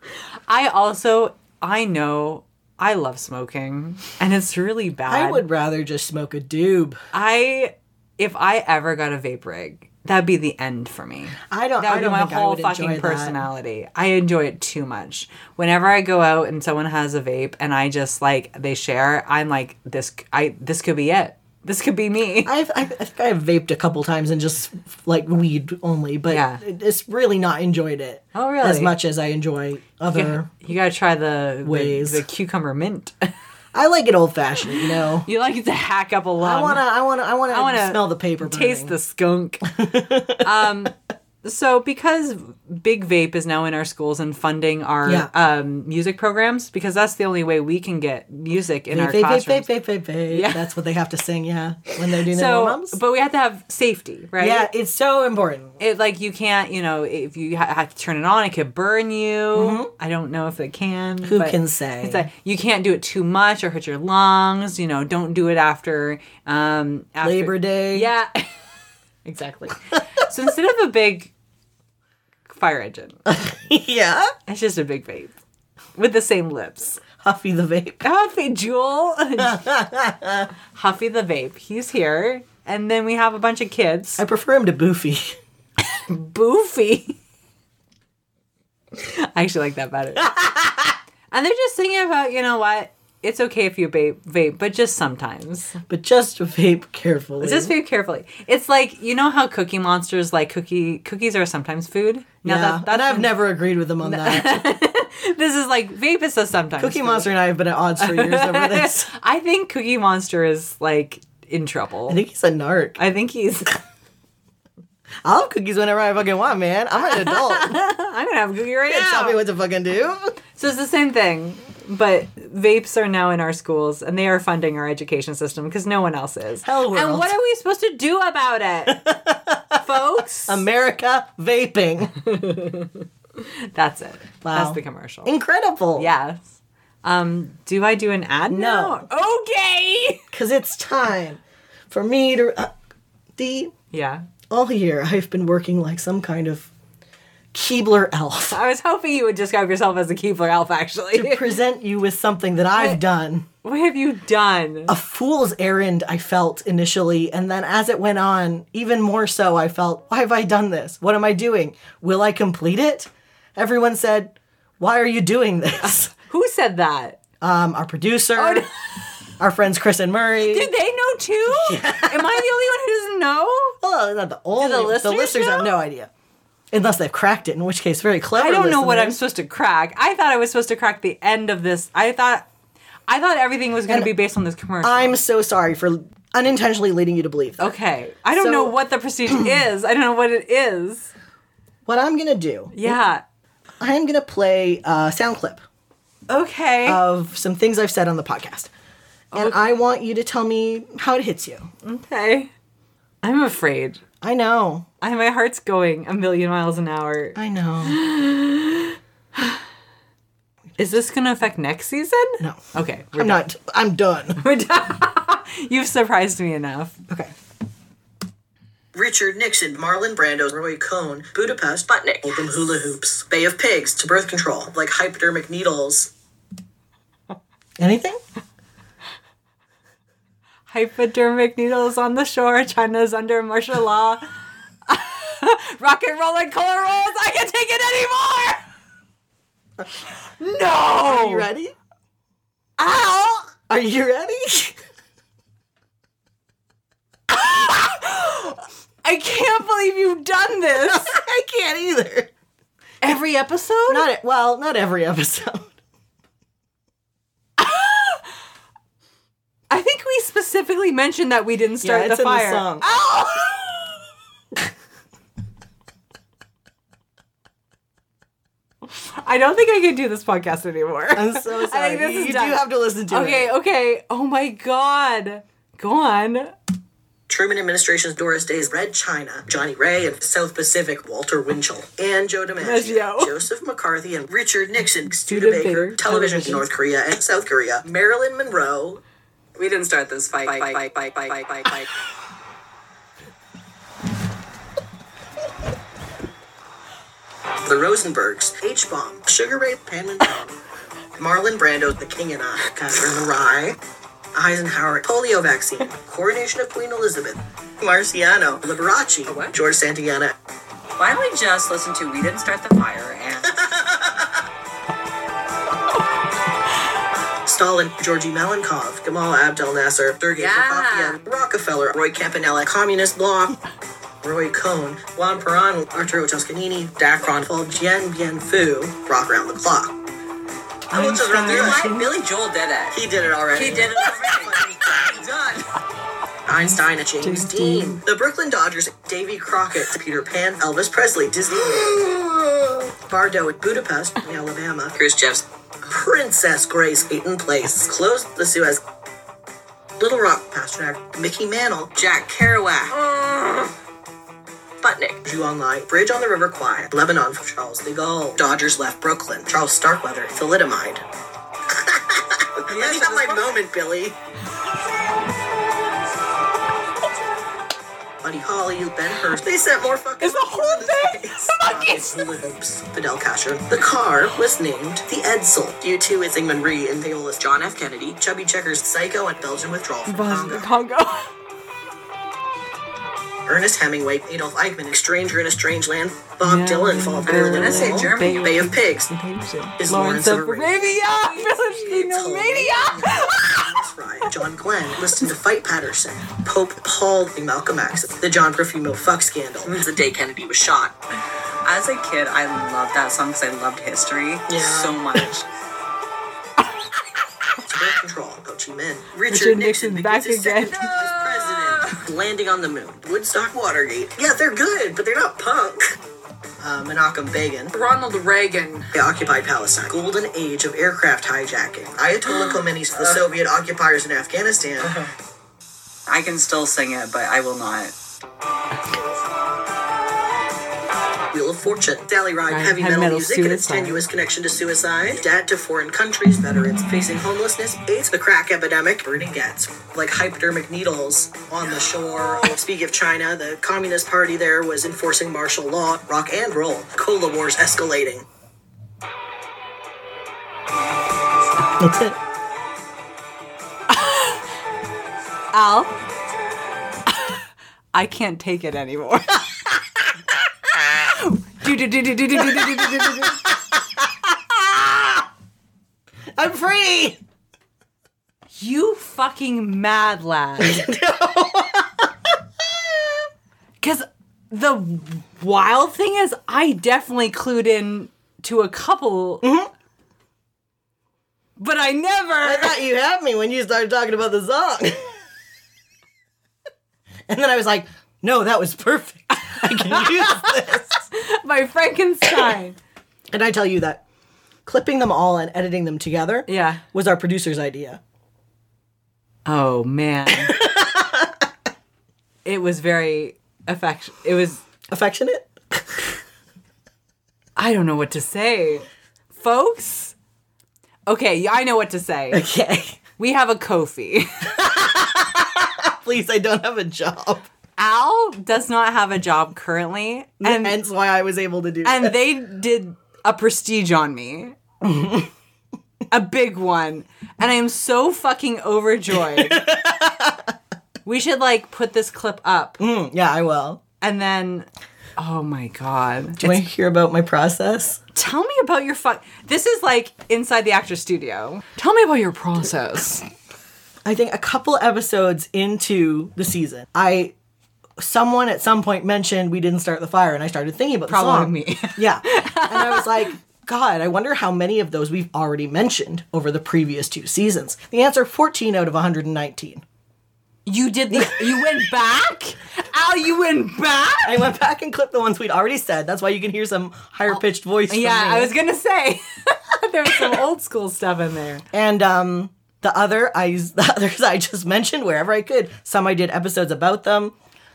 Speaker 2: I also I know I love smoking and it's really bad.
Speaker 1: I would rather just smoke a doob.
Speaker 2: I if I ever got a vape rig, that'd be the end for me.
Speaker 1: I don't.
Speaker 2: That
Speaker 1: I
Speaker 2: would be
Speaker 1: don't
Speaker 2: my
Speaker 1: think I
Speaker 2: whole
Speaker 1: would enjoy
Speaker 2: fucking
Speaker 1: that.
Speaker 2: personality. I enjoy it too much. Whenever I go out and someone has a vape and I just like they share, I'm like this I this could be it. This could be me.
Speaker 1: I've, I, I think I've vaped a couple times and just like weed only, but
Speaker 2: Yeah.
Speaker 1: it's really not enjoyed it.
Speaker 2: Oh, really?
Speaker 1: As much as I enjoy other.
Speaker 2: you gotta try the
Speaker 1: Ways.
Speaker 2: the, the cucumber mint.
Speaker 1: I like it old fashioned, you know.
Speaker 2: you like to hack up a lung.
Speaker 1: I wanna, I wanna, I wanna,
Speaker 2: I want to
Speaker 1: smell the paper.
Speaker 2: taste
Speaker 1: burning.
Speaker 2: the skunk. um, so because Big Vape is now in our schools and funding our
Speaker 1: Yeah.
Speaker 2: um, music programs, because that's the only way we can get music in
Speaker 1: Vape,
Speaker 2: our
Speaker 1: vape,
Speaker 2: classrooms.
Speaker 1: vape, vape, vape, vape.
Speaker 2: Yeah.
Speaker 1: That's what they have to sing, yeah, when they're doing their
Speaker 2: So,
Speaker 1: warm-ups.
Speaker 2: but we have to have safety, right?
Speaker 1: yeah, it's so important.
Speaker 2: It like you can't, you know, if you ha- have to turn it on, it could burn you. I don't know if it can.
Speaker 1: Mm-hmm. Who
Speaker 2: but
Speaker 1: can say?
Speaker 2: It's like you can't do it too much or hurt your lungs. You know, don't do it after um after,
Speaker 1: Labor Day.
Speaker 2: Yeah, exactly. so instead of a big fire engine,
Speaker 1: yeah.
Speaker 2: it's just a big vape with the same lips.
Speaker 1: Huffy the vape.
Speaker 2: Huffy Jewel, Huffy the vape. He's here, and then we have a bunch of kids.
Speaker 1: I prefer him to Boofy.
Speaker 2: Boofy. I actually like that better. and they're just singing about you know what. It's okay if you vape, vape, but just sometimes.
Speaker 1: but just vape carefully.
Speaker 2: Just vape carefully. It's like you know how Cookie Monsters like cookie cookies are sometimes food. Now
Speaker 1: yeah.
Speaker 2: that,
Speaker 1: and
Speaker 2: that's
Speaker 1: I've never agreed with them on that.
Speaker 2: this is like vape is a sometimes.
Speaker 1: Cookie
Speaker 2: food.
Speaker 1: Monster and I have been at odds for years over this.
Speaker 2: I think Cookie Monster is like in trouble.
Speaker 1: I think he's a narc.
Speaker 2: I think he's.
Speaker 1: I'll have cookies whenever I fucking want, man. I'm an adult.
Speaker 2: I'm gonna have a cookie right
Speaker 1: Tell me
Speaker 2: now.
Speaker 1: what to fucking do.
Speaker 2: So it's the same thing, but vapes are now in our schools and they are funding our education system because no one else is.
Speaker 1: Hell world.
Speaker 2: And what are we supposed to do about it, folks?
Speaker 1: Um, America vaping.
Speaker 2: That's it.
Speaker 1: Wow.
Speaker 2: That's the commercial.
Speaker 1: Incredible.
Speaker 2: Yes. Um, do I do an ad?
Speaker 1: No.
Speaker 2: now? Okay.
Speaker 1: Because it's time for me to. Uh, the
Speaker 2: Yeah.
Speaker 1: all year I've been working like some kind of Keebler elf
Speaker 2: I was hoping you would describe yourself as a Keebler elf, actually.
Speaker 1: to present you with something that I've done.
Speaker 2: what have you done?
Speaker 1: A fool's errand I felt initially, and then as it went on, even more so I felt, why have I done this? What am I doing? Will I complete it? Everyone said, why are you doing this?
Speaker 2: Who said that?
Speaker 1: Um, our producer, our friends Chris and Murray.
Speaker 2: Oh, Did they know too? Am I the only one who doesn't know?
Speaker 1: Oh, not the only. The listeners,
Speaker 2: listeners
Speaker 1: have
Speaker 2: know?
Speaker 1: no idea, unless they've cracked it. In which case, very clever.
Speaker 2: I don't know what I'm
Speaker 1: listeners.
Speaker 2: supposed to crack. I thought I was supposed to crack the end of this. I thought I thought everything was going to be based on this commercial.
Speaker 1: I'm so sorry for unintentionally leading you to believe. that.
Speaker 2: okay. I don't
Speaker 1: So-
Speaker 2: know what the prestige is. I don't know what it is.
Speaker 1: What I'm gonna do,
Speaker 2: Yeah.
Speaker 1: I'm gonna play a sound clip
Speaker 2: Okay.
Speaker 1: of some things I've said on the podcast, and I want you to tell me how it hits you.
Speaker 2: okay. I'm afraid.
Speaker 1: I know,
Speaker 2: I, my heart's going a million miles an hour.
Speaker 1: I know.
Speaker 2: Is this going to affect next season?
Speaker 1: No,
Speaker 2: Okay. We're
Speaker 1: I'm
Speaker 2: done.
Speaker 1: not. I'm done.
Speaker 2: We're done. You've surprised me enough.
Speaker 1: Okay.
Speaker 7: Richard Nixon, Marlon Brando, Roy Cohn, Budapest, Sputnik, Oldham Hula Hoops, Bay of Pigs, to birth control, like hypodermic needles. Anything?
Speaker 2: Hypodermic needles on the shore. China's under martial law. Rocket roll and color rolls. I can't take it anymore.
Speaker 7: Are you
Speaker 2: No.
Speaker 7: ready?
Speaker 2: Ow.
Speaker 7: Are you ready?
Speaker 2: I can't believe you've done this.
Speaker 7: I can't either.
Speaker 2: Every episode?
Speaker 1: e-,
Speaker 7: Not well, not every episode.
Speaker 2: I think we specifically mentioned that we didn't start
Speaker 7: Yeah, it's
Speaker 2: the
Speaker 7: in the
Speaker 2: fire.
Speaker 7: song.
Speaker 2: Ow! I don't think I can do this podcast anymore.
Speaker 7: I'm so sorry.
Speaker 2: this
Speaker 7: you
Speaker 2: is
Speaker 7: you do
Speaker 2: done.
Speaker 7: have to listen to it.
Speaker 2: okay, okay. Oh my god. Go on.
Speaker 7: Truman administration's Doris Day's Red China, Johnny Ray and South Pacific Walter Winchell, and Joe DiMaggio,
Speaker 2: DiMaggio.
Speaker 7: Joseph McCarthy and Richard Nixon,
Speaker 2: Studebaker,
Speaker 7: Studebaker, television to
Speaker 2: television.
Speaker 7: North Korea and South Korea, Marilyn Monroe. We didn't start this fight. fight, fight, fight, fight, fight, fight, fight. The Rosenbergs, H Bomb, Sugar Ray Panman, Marlon Brando, The King and I, Catherine the Rye, Eisenhower, polio vaccine, coronation of Queen Elizabeth, Marciano, Liberace, George Santayana.
Speaker 8: Why don't we just listen to We Didn't Start the Fire and
Speaker 7: Stalin, Georgi Malenkov, Gamal Abdel Nasser, Sergei
Speaker 8: Yeah.
Speaker 7: Prokofiev, Rockefeller, Roy Campanella, Communist Bloc, Roy Cohn, Juan Perón, Arturo Toscanini, Dacron, Paul Jen Bien Phu, Rock Around the Clock. I will just run through
Speaker 8: Why?
Speaker 7: it.
Speaker 8: Billy Joel did it.
Speaker 7: He did it already.
Speaker 8: He did it already.
Speaker 7: Done. Einstein and James, Dean. The Brooklyn Dodgers, Davy Crockett, Peter Pan, Elvis Presley, Disney, Bardo at Budapest, Alabama, Khrushchev's Princess Grace, Eaton Place, closed the Suez, Little Rock, Pasternak, Mickey Mantle, Jack Kerouac, Sputnik, Zhuang Lai, Bridge on the River Kwai, Lebanon, Charles de Gaulle, Dodgers left Brooklyn, Charles Starkweather, thalidomide. That's not my moment, Billy. Buddy Holly, Ben Hur. They sent more fucking.
Speaker 2: Is the whole thing-
Speaker 7: fucking loops. Fidel Kasher. The car was named the Edsel due to its Ingman Rhee and Paola's John F. Kennedy, Chubby Checker's Psycho and Belgian Withdrawal from Congo.
Speaker 2: Congo. Congo.
Speaker 7: Ernest Hemingway, Adolf Eichmann, Stranger in a Strange Land, Bob
Speaker 2: Yeah,
Speaker 7: Dylan, Fall of
Speaker 2: Dylan.
Speaker 7: Berlin
Speaker 8: I say
Speaker 7: Wall,
Speaker 8: Germany.
Speaker 7: Bay of Pigs, Is Lawrence of
Speaker 2: Arabia. Philippine Arabia.
Speaker 7: Thomas Ryan, John Glenn listened to Fight Patterson, Pope Paul, and Malcolm X, the John Perfumo fuck scandal, the day Kennedy was shot.
Speaker 8: As a kid, I loved that song because I loved history
Speaker 7: Yeah.
Speaker 8: so much.
Speaker 7: Birth control, Ho Chi Minh.
Speaker 2: Richard Nixon back
Speaker 7: becomes the second
Speaker 2: again.
Speaker 7: oldest president. Landing on the moon. Woodstock Watergate. Yeah, they're good, but they're not punk. Uh, Menachem Begin.
Speaker 8: Ronald Reagan.
Speaker 7: The occupied Palestine. Golden age of aircraft hijacking. Ayatollah Khomeini's the Soviet occupiers in Afghanistan.
Speaker 8: Uh-huh. I can still sing it, but I will not.
Speaker 7: Wheel of Fortune. Sally Ride,
Speaker 2: Right,
Speaker 7: heavy
Speaker 2: heavy
Speaker 7: metal,
Speaker 2: metal,
Speaker 7: music, and its
Speaker 2: suicide.
Speaker 7: tenuous connection to suicide. Dad to foreign countries, veterans facing homelessness, AIDS, the crack epidemic, burning gets like hypodermic needles on the shore. Speak of China, the Communist Party there was enforcing martial law, rock and roll, cola wars escalating. That's it.
Speaker 2: Al. I can't take it anymore. Do, do, do, do, do, do, do, do, do, do, do, do.
Speaker 7: I'm free!
Speaker 2: You fucking mad lad. Because the wild thing is, I definitely clued in to a couple, but I
Speaker 7: I
Speaker 2: never.
Speaker 7: thought you had me when you started talking about the song. and then I was like, no, that was perfect. I can use this.
Speaker 2: My Frankenstein.
Speaker 7: And I tell you that clipping them all and editing them together
Speaker 2: Yeah.
Speaker 7: was our producer's idea.
Speaker 2: Oh, man. it was very affection. It was,
Speaker 7: Affectionate?
Speaker 2: I don't know what to say. Folks? Okay, I know what to say.
Speaker 7: Okay.
Speaker 2: We have a Kofi.
Speaker 7: Please, I don't have a job.
Speaker 2: Al does not have a job currently, and
Speaker 1: Hence why I was able to do
Speaker 2: and
Speaker 1: that.
Speaker 2: they did a prestige on me. a big one. And I am so fucking overjoyed. we should like put this clip up
Speaker 1: Yeah, I will.
Speaker 2: and then oh my god.
Speaker 1: Do you want to hear about my process?
Speaker 2: Tell me about your fuck This is like inside the actor studio. Tell me about your process.
Speaker 1: I think a couple episodes into the season, I someone at some point mentioned we didn't start the fire, and I started thinking about the
Speaker 2: Probably
Speaker 1: song.
Speaker 2: me.
Speaker 1: Yeah, and I was like, God, I wonder how many of those we've already mentioned over the previous two seasons. The answer: fourteen out of one hundred and nineteen.
Speaker 2: You did the you went back? Al, you went back?
Speaker 1: I went back and clipped the ones we'd already said. That's why you can hear some higher pitched voice. from
Speaker 2: Oh, yeah,
Speaker 1: me.
Speaker 2: I was gonna say there was some old school stuff in there.
Speaker 1: And um, the other I the others I just mentioned wherever I could. Some I did episodes about them.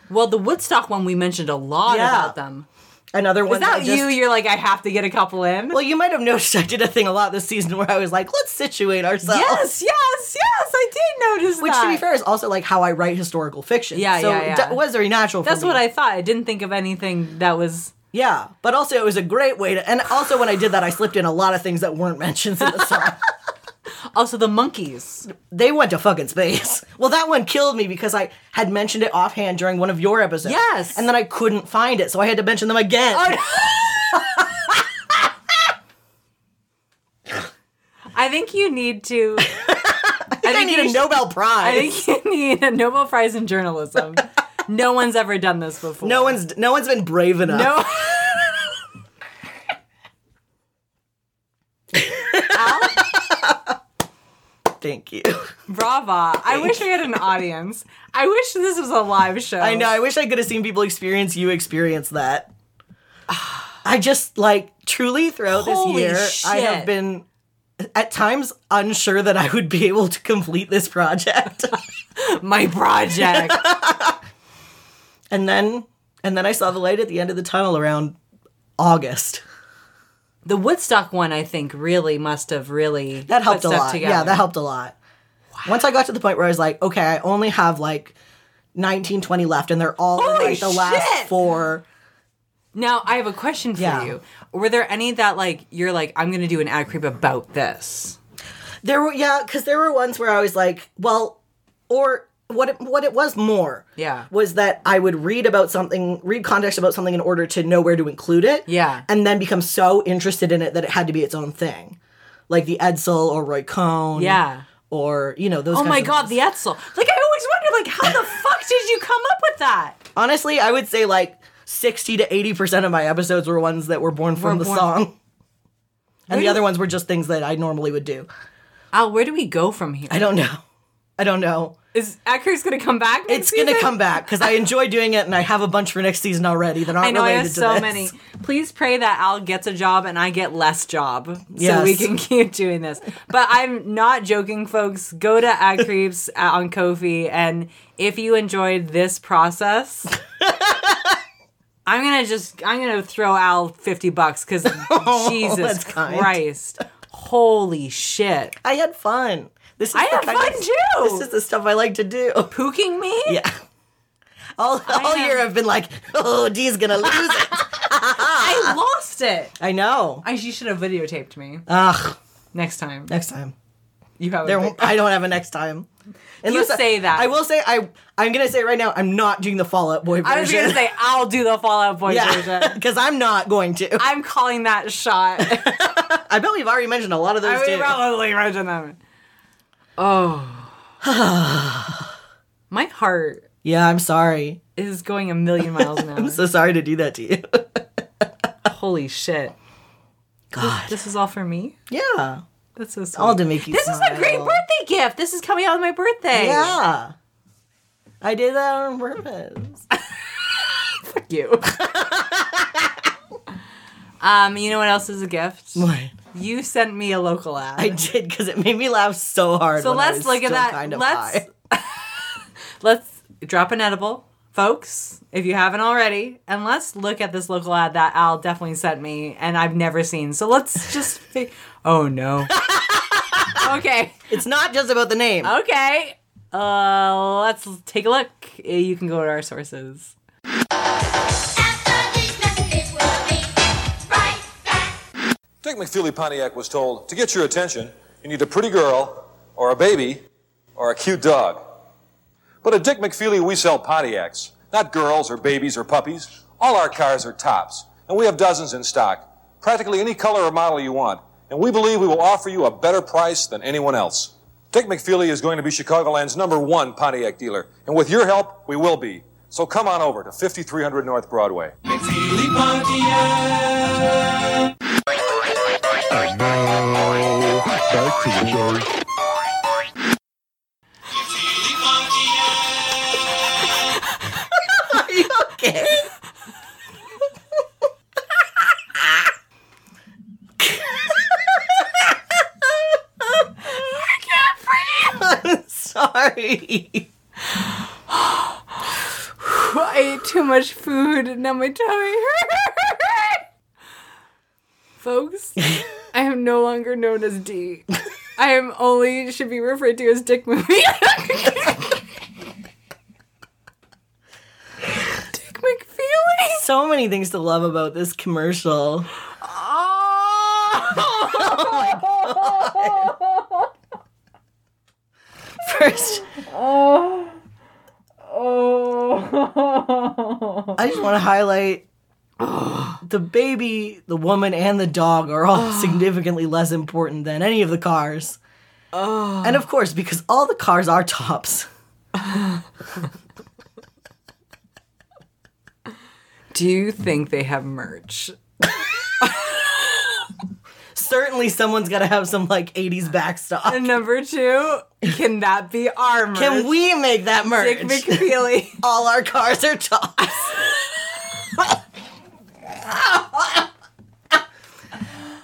Speaker 2: Well, the Woodstock one we mentioned a lot
Speaker 1: Yeah.
Speaker 2: about them.
Speaker 1: Another one
Speaker 2: Without
Speaker 1: I just-
Speaker 2: you, you're like, I have to get a couple in.
Speaker 1: Well, you might have noticed I did a thing a lot this season where I was like, let's situate ourselves.
Speaker 2: yes, yes, yes. I did notice
Speaker 1: Which,
Speaker 2: that.
Speaker 1: to be fair, is also like how I write historical fiction.
Speaker 2: Yeah,
Speaker 1: so
Speaker 2: yeah,
Speaker 1: it
Speaker 2: yeah.
Speaker 1: d- was very natural.
Speaker 2: that's
Speaker 1: for me.
Speaker 2: what I thought. I didn't think of anything that was.
Speaker 1: Yeah, but also it was a great way to. And also when I did that, I slipped in a lot of things that weren't mentioned in the song.
Speaker 2: Also, the monkeys.
Speaker 1: they went to fucking space. Well, that one killed me because I had mentioned it offhand during one of your episodes.
Speaker 2: Yes. Oh,
Speaker 1: and then I couldn't find it, so I had to mention them again.
Speaker 2: I think you need to. I think,
Speaker 1: I,
Speaker 2: you
Speaker 1: need a
Speaker 2: sh-
Speaker 1: Nobel Prize.
Speaker 2: I think you need a Nobel Prize in journalism. no one's ever done this before.
Speaker 1: no one's no one's been brave enough.
Speaker 2: No. Al,
Speaker 1: Thank you.
Speaker 2: brava! I wish we had an audience. I wish this was a live show.
Speaker 1: I know. I wish I could have seen people experience you experience that. I just like truly throughout
Speaker 2: Holy
Speaker 1: this year, I
Speaker 2: shit.
Speaker 1: have been at times unsure that I would be able to complete this project.
Speaker 2: my project.
Speaker 1: and then and then I saw the light at the end of the tunnel around August.
Speaker 2: the Woodstock one, I think, really must have really
Speaker 1: That helped
Speaker 2: put
Speaker 1: a
Speaker 2: stuff
Speaker 1: lot.
Speaker 2: Together.
Speaker 1: Yeah, that helped a lot. Once I got to the point where I was like, okay, I only have like 19, 20 left, and they're all in,
Speaker 2: Holy
Speaker 1: like the last
Speaker 2: shit!
Speaker 1: four.
Speaker 2: Now I have a question for
Speaker 1: Yeah.
Speaker 2: you. Were there any that like you're like I'm gonna do an ad creep about this?
Speaker 1: There were yeah, because there were ones where I was like, well, or what it, what it was more.
Speaker 2: Yeah.
Speaker 1: Was that I would read about something, read context about something in order to know where to include it.
Speaker 2: Yeah.
Speaker 1: And then become so interested in it that it had to be its own thing. Like the Edsel or Roy Cohn.
Speaker 2: Yeah.
Speaker 1: Or, you know, those
Speaker 2: Oh
Speaker 1: kinds
Speaker 2: my
Speaker 1: of
Speaker 2: god,
Speaker 1: ones.
Speaker 2: the Etzel. Like I always wonder, like how the fuck did you come up with that?
Speaker 1: Honestly, I would say like 60 to 80% of my episodes were ones that were born from
Speaker 2: Were
Speaker 1: the
Speaker 2: born-
Speaker 1: song. And
Speaker 2: Really?
Speaker 1: the other ones were just things that I normally would do.
Speaker 2: Al, where do we go from here?
Speaker 1: I don't know. I don't know.
Speaker 2: Is ad creep's gonna come back? next
Speaker 1: It's going to
Speaker 2: season?
Speaker 1: come back because I enjoy doing it and I have a bunch for next season already. They're not
Speaker 2: I know I
Speaker 1: related
Speaker 2: have
Speaker 1: to
Speaker 2: so
Speaker 1: this.
Speaker 2: many. Please pray that Al gets a job and I get less job so
Speaker 1: Yes.
Speaker 2: we can keep doing this. But I'm not joking, folks. Go to Ad Creeps uh, on Kofi, and if you enjoyed this process, I'm gonna just I'm gonna throw Al fifty bucks because Jesus
Speaker 1: Oh, that's kind.
Speaker 2: Christ, holy shit,
Speaker 1: I had fun. This is
Speaker 2: I
Speaker 1: the
Speaker 2: had
Speaker 1: kind
Speaker 2: fun
Speaker 1: of-
Speaker 2: too.
Speaker 1: This is the stuff I like to do.
Speaker 2: pooking me.
Speaker 1: Yeah. All, all year
Speaker 2: am-
Speaker 1: I've been like, oh, Dee's going to lose it.
Speaker 2: I lost it.
Speaker 1: I know.
Speaker 2: I you should have videotaped me
Speaker 1: Ugh.
Speaker 2: next time.
Speaker 1: Next time.
Speaker 2: You have a
Speaker 1: Uh, There
Speaker 2: big-
Speaker 1: won't, I don't have a next time. Unless I-
Speaker 2: say that.
Speaker 1: I will say I. I'm gonna say right now. I'm not doing the Fallout Boy version.
Speaker 2: I was gonna say I'll do the Fallout Boy
Speaker 1: yeah,
Speaker 2: version.
Speaker 1: because I'm not going to. I,
Speaker 2: I'm calling that shot.
Speaker 1: bet we've already mentioned a lot of
Speaker 2: I
Speaker 1: those
Speaker 2: would
Speaker 1: too.
Speaker 2: probably mention that one. Oh. My heart
Speaker 1: Yeah, I'm sorry.
Speaker 2: is going a million miles an hour.
Speaker 1: I'm so sorry to do that to you.
Speaker 2: Holy shit.
Speaker 1: God.
Speaker 2: This is all for me?
Speaker 1: Yeah.
Speaker 2: That's so sweet.
Speaker 1: All to make you.
Speaker 2: this is a great
Speaker 1: smile.
Speaker 2: birthday gift. This is coming out on my birthday.
Speaker 1: Yeah. I did that on purpose.
Speaker 2: Fuck you. um, you know what else is a gift?
Speaker 1: What?
Speaker 2: You sent me a local ad.
Speaker 1: I did because it made me laugh so hard.
Speaker 2: So
Speaker 1: when I
Speaker 2: let's
Speaker 1: was
Speaker 2: look at
Speaker 1: still
Speaker 2: that.
Speaker 1: Kind of
Speaker 2: Let's-
Speaker 1: high.
Speaker 2: let's drop an edible, folks, if you haven't already, and let's look at this local ad that Al definitely sent me and I've never seen. So let's just. Fi- oh no. okay.
Speaker 1: It's not just about the
Speaker 2: Oh.
Speaker 1: name.
Speaker 2: Okay. Uh, let's take a look. You can go to our sources.
Speaker 9: Dick McFeely Pontiac was told to get your attention, you need a pretty girl, or a baby, or a cute dog. But at Dick McFeely, we sell Pontiacs, not girls or babies or puppies. All our cars are tops, and we have dozens in stock, practically any color or model you want, and we believe we will offer you a better price than anyone else. Dick McFeely is going to be Chicagoland's number one Pontiac dealer, and with your help, we will be. So come on over to 5300 North Broadway.
Speaker 1: Are you okay? I'm sorry.
Speaker 2: I ate too much food and now my tummy hurts. Folks, I am no longer known as D. I am only should be referred to as Dick Movie. Dick McFeely.
Speaker 1: So many things to love about this commercial. First, I just want to highlight the baby, the woman, and the dog are all significantly less important than any of the cars. And of course, because all the cars are tops.
Speaker 2: Do you think they have merch?
Speaker 1: Certainly, someone's got to have some like 80s backstock.
Speaker 2: And number two, can that be our merch?
Speaker 1: Can we make that merch?
Speaker 2: Dick McFeely?
Speaker 1: all our cars are tops.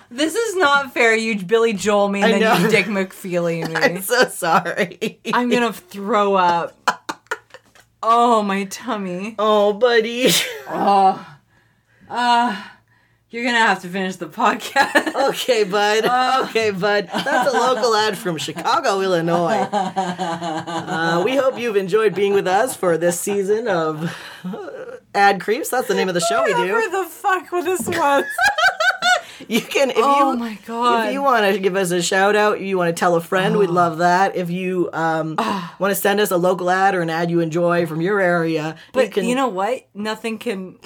Speaker 2: This is not fair. You Billy Joel me, and
Speaker 1: I
Speaker 2: then
Speaker 1: know.
Speaker 2: you Dick McFeely me.
Speaker 1: I'm so sorry.
Speaker 2: I'm gonna throw up. Oh, my tummy.
Speaker 1: Oh, buddy.
Speaker 2: You're gonna have to finish the podcast.
Speaker 1: Okay, bud.
Speaker 2: Uh,
Speaker 1: okay, bud. That's a local ad from Chicago, Illinois. Uh, we hope you've enjoyed being with us for this season of uh, Ad Creeps. That's the name of the show Oh, we
Speaker 2: Whatever
Speaker 1: do.
Speaker 2: the fuck was this was?
Speaker 1: You can, if
Speaker 2: oh
Speaker 1: you,
Speaker 2: my god. Oh.
Speaker 1: If you want to give us a shout out, you want to tell a friend, we'd love that. If you um,
Speaker 2: Ah.
Speaker 1: want to send us a local ad or an ad you enjoy from your area,
Speaker 2: but
Speaker 1: you can.
Speaker 2: you know what? Nothing can.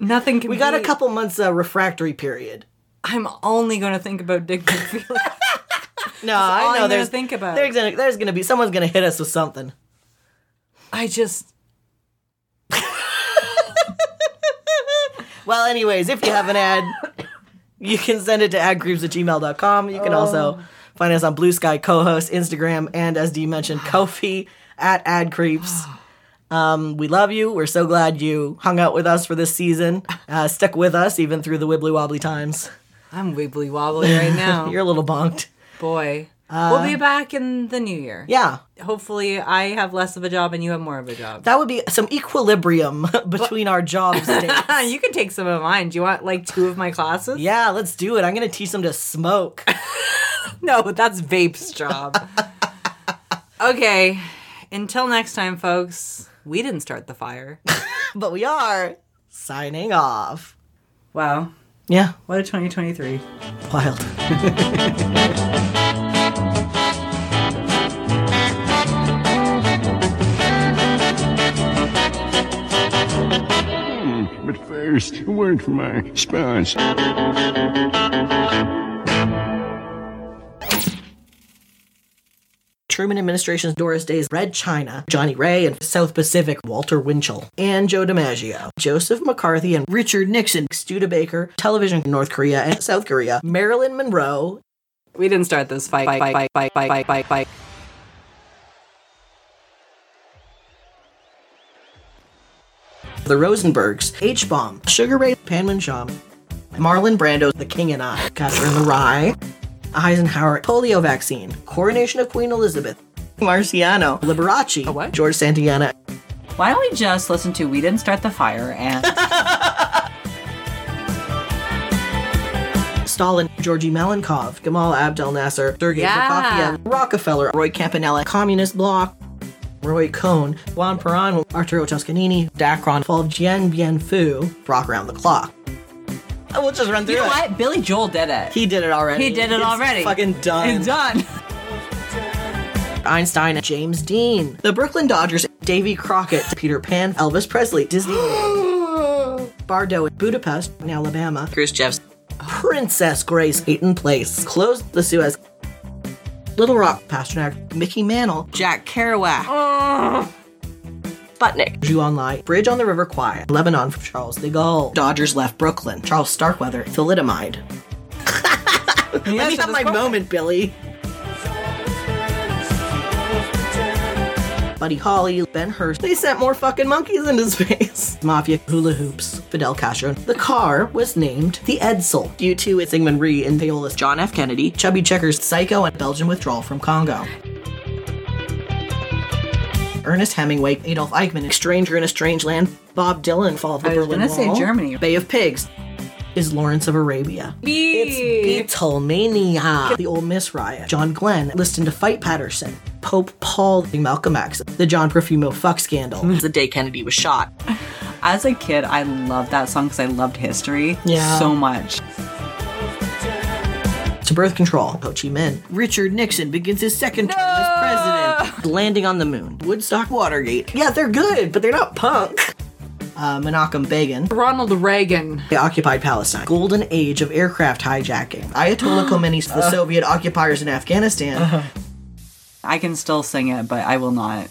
Speaker 2: Nothing can.
Speaker 1: we got a
Speaker 2: beat-
Speaker 1: couple months uh, refractory period.
Speaker 2: I'm only gonna think about Dick McFeely.
Speaker 1: No,
Speaker 2: all
Speaker 1: I
Speaker 2: I'm
Speaker 1: know
Speaker 2: gonna
Speaker 1: there's
Speaker 2: think about.
Speaker 1: There's gonna there's gonna be someone's gonna hit us with something.
Speaker 2: I just.
Speaker 1: Well, anyways, if you have an ad, you can send it to adgreaves at gmail.com. You can also find us on Blue Sky Co host, Instagram, and as Dee mentioned, Kofi at adcreeps. Um, we love you. We're so glad you hung out with us for this season, uh, stuck with us even through the wibbly wobbly times.
Speaker 2: I'm wibbly wobbly right now.
Speaker 1: You're Uh, a little bonked.
Speaker 2: Boy. we'll be back in the new year.
Speaker 1: Yeah,
Speaker 2: Hopefully, I have less of a job and you have more of a job.
Speaker 1: that would be some equilibrium between our jobs.
Speaker 2: Uh, you can take some of mine. Do you want like two of my classes?
Speaker 1: yeah, let's do it. I'm going to teach them to smoke.
Speaker 2: No, that's Vape's job. okay. Until next time, folks, we didn't start the fire.
Speaker 1: but we are signing off.
Speaker 2: Wow.
Speaker 1: Yeah,
Speaker 2: What a 2023.
Speaker 1: wild.
Speaker 10: But first, a word from our sponsor.
Speaker 1: Truman administration's Doris Day's Red China, Johnny Ray and South Pacific Walter Winchell, and Joe DiMaggio, Joseph McCarthy and Richard Nixon, Studebaker, television in North Korea and South Korea, Marilyn Monroe,
Speaker 2: We didn't start this fight. Fight, fight, fight, fight, fight, fight, fight.
Speaker 1: the Rosenbergs, H Bomb, Sugar Ray Panmunjom, Marlon Brando, The King and I, Catherine the Rye, Eisenhower polio vaccine, coronation of Queen Elizabeth, Marciano, Liberace,
Speaker 2: what?
Speaker 1: George Santayana,
Speaker 2: Why don't we just listen to We Didn't Start the Fire and.
Speaker 1: Stalin, Georgy Malenkov, Gamal Abdel Nasser, Sergei
Speaker 2: Yeah.
Speaker 1: Prokofiev, Rockefeller, Roy Campanella, Communist Bloc, Roy Cohn, Juan Perón, Arturo Toscanini, Dacron, Paul Jian Bien Phu, Rock Around the Clock. We'll just run through
Speaker 2: You know
Speaker 1: it.
Speaker 2: what? Billy Joel did it.
Speaker 1: He did it already.
Speaker 2: He did it
Speaker 1: It's
Speaker 2: already.
Speaker 1: Fucking done.
Speaker 2: It's done.
Speaker 1: Einstein, James Dean, the Brooklyn Dodgers, Davy Crockett, Peter Pan, Elvis Presley, Disney, Bardo in Budapest, in Alabama,
Speaker 8: Jeff's
Speaker 1: Princess Grace, Eaton Place, closed the Suez, Little Rock, Pasternak, Mickey Mantle,
Speaker 8: Jack Kerouac.
Speaker 1: Sputnik, Juan Lai, Bridge on the River Kwai, Lebanon from Charles de Gaulle, Dodgers left Brooklyn, Charles Starkweather, thalidomide. Let me
Speaker 2: so
Speaker 1: have my
Speaker 2: this-
Speaker 1: moment, Billy. Buddy Holly, Ben Hurst, they sent more fucking monkeys into space. Mafia, hula hoops, Fidel Castro. The car was named the Edsel due to its Syngman Rhee and Paola's John F. Kennedy, Chubby Checker's Psycho, and Belgian withdrawal from Congo. Ernest Hemingway, Adolf Eichmann, Stranger in a Strange Land, Bob Dylan, Fall of the
Speaker 2: I was
Speaker 1: Berlin
Speaker 2: gonna say
Speaker 1: Wall,
Speaker 2: Germany.
Speaker 1: Bay of Pigs, is Lawrence of Arabia. It's Beatlemania. The Old Miss Riot. John Glenn. Listen to Fight Patterson. Pope Paul. Malcolm X. The John Profumo fuck scandal.
Speaker 8: The day Kennedy was shot.
Speaker 2: As a kid, I loved that song because I loved history
Speaker 1: Yeah.
Speaker 2: so much.
Speaker 1: to birth control. Ho Chi Minh. Richard Nixon begins his second term as president. Landing on the moon. Woodstock Watergate. Yeah, they're good, but they're not punk. Uh, Menachem Begin.
Speaker 2: Ronald Reagan.
Speaker 1: They occupied Palestine. Golden age of aircraft hijacking. Ayatollah Khomeini's the Soviet occupiers in Afghanistan.
Speaker 2: I can still sing it, but I will not.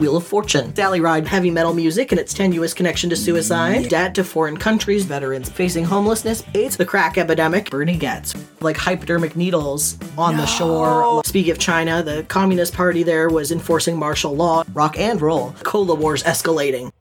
Speaker 1: Wheel of Fortune. Sally Ride, heavy metal music and its tenuous connection to suicide. Debt to foreign countries, veterans facing homelessness, AIDS, the crack epidemic, Bernie Getz. Like hypodermic needles on the shore. Speak of China, the Communist Party there was enforcing martial law, rock and roll. Cola wars escalating.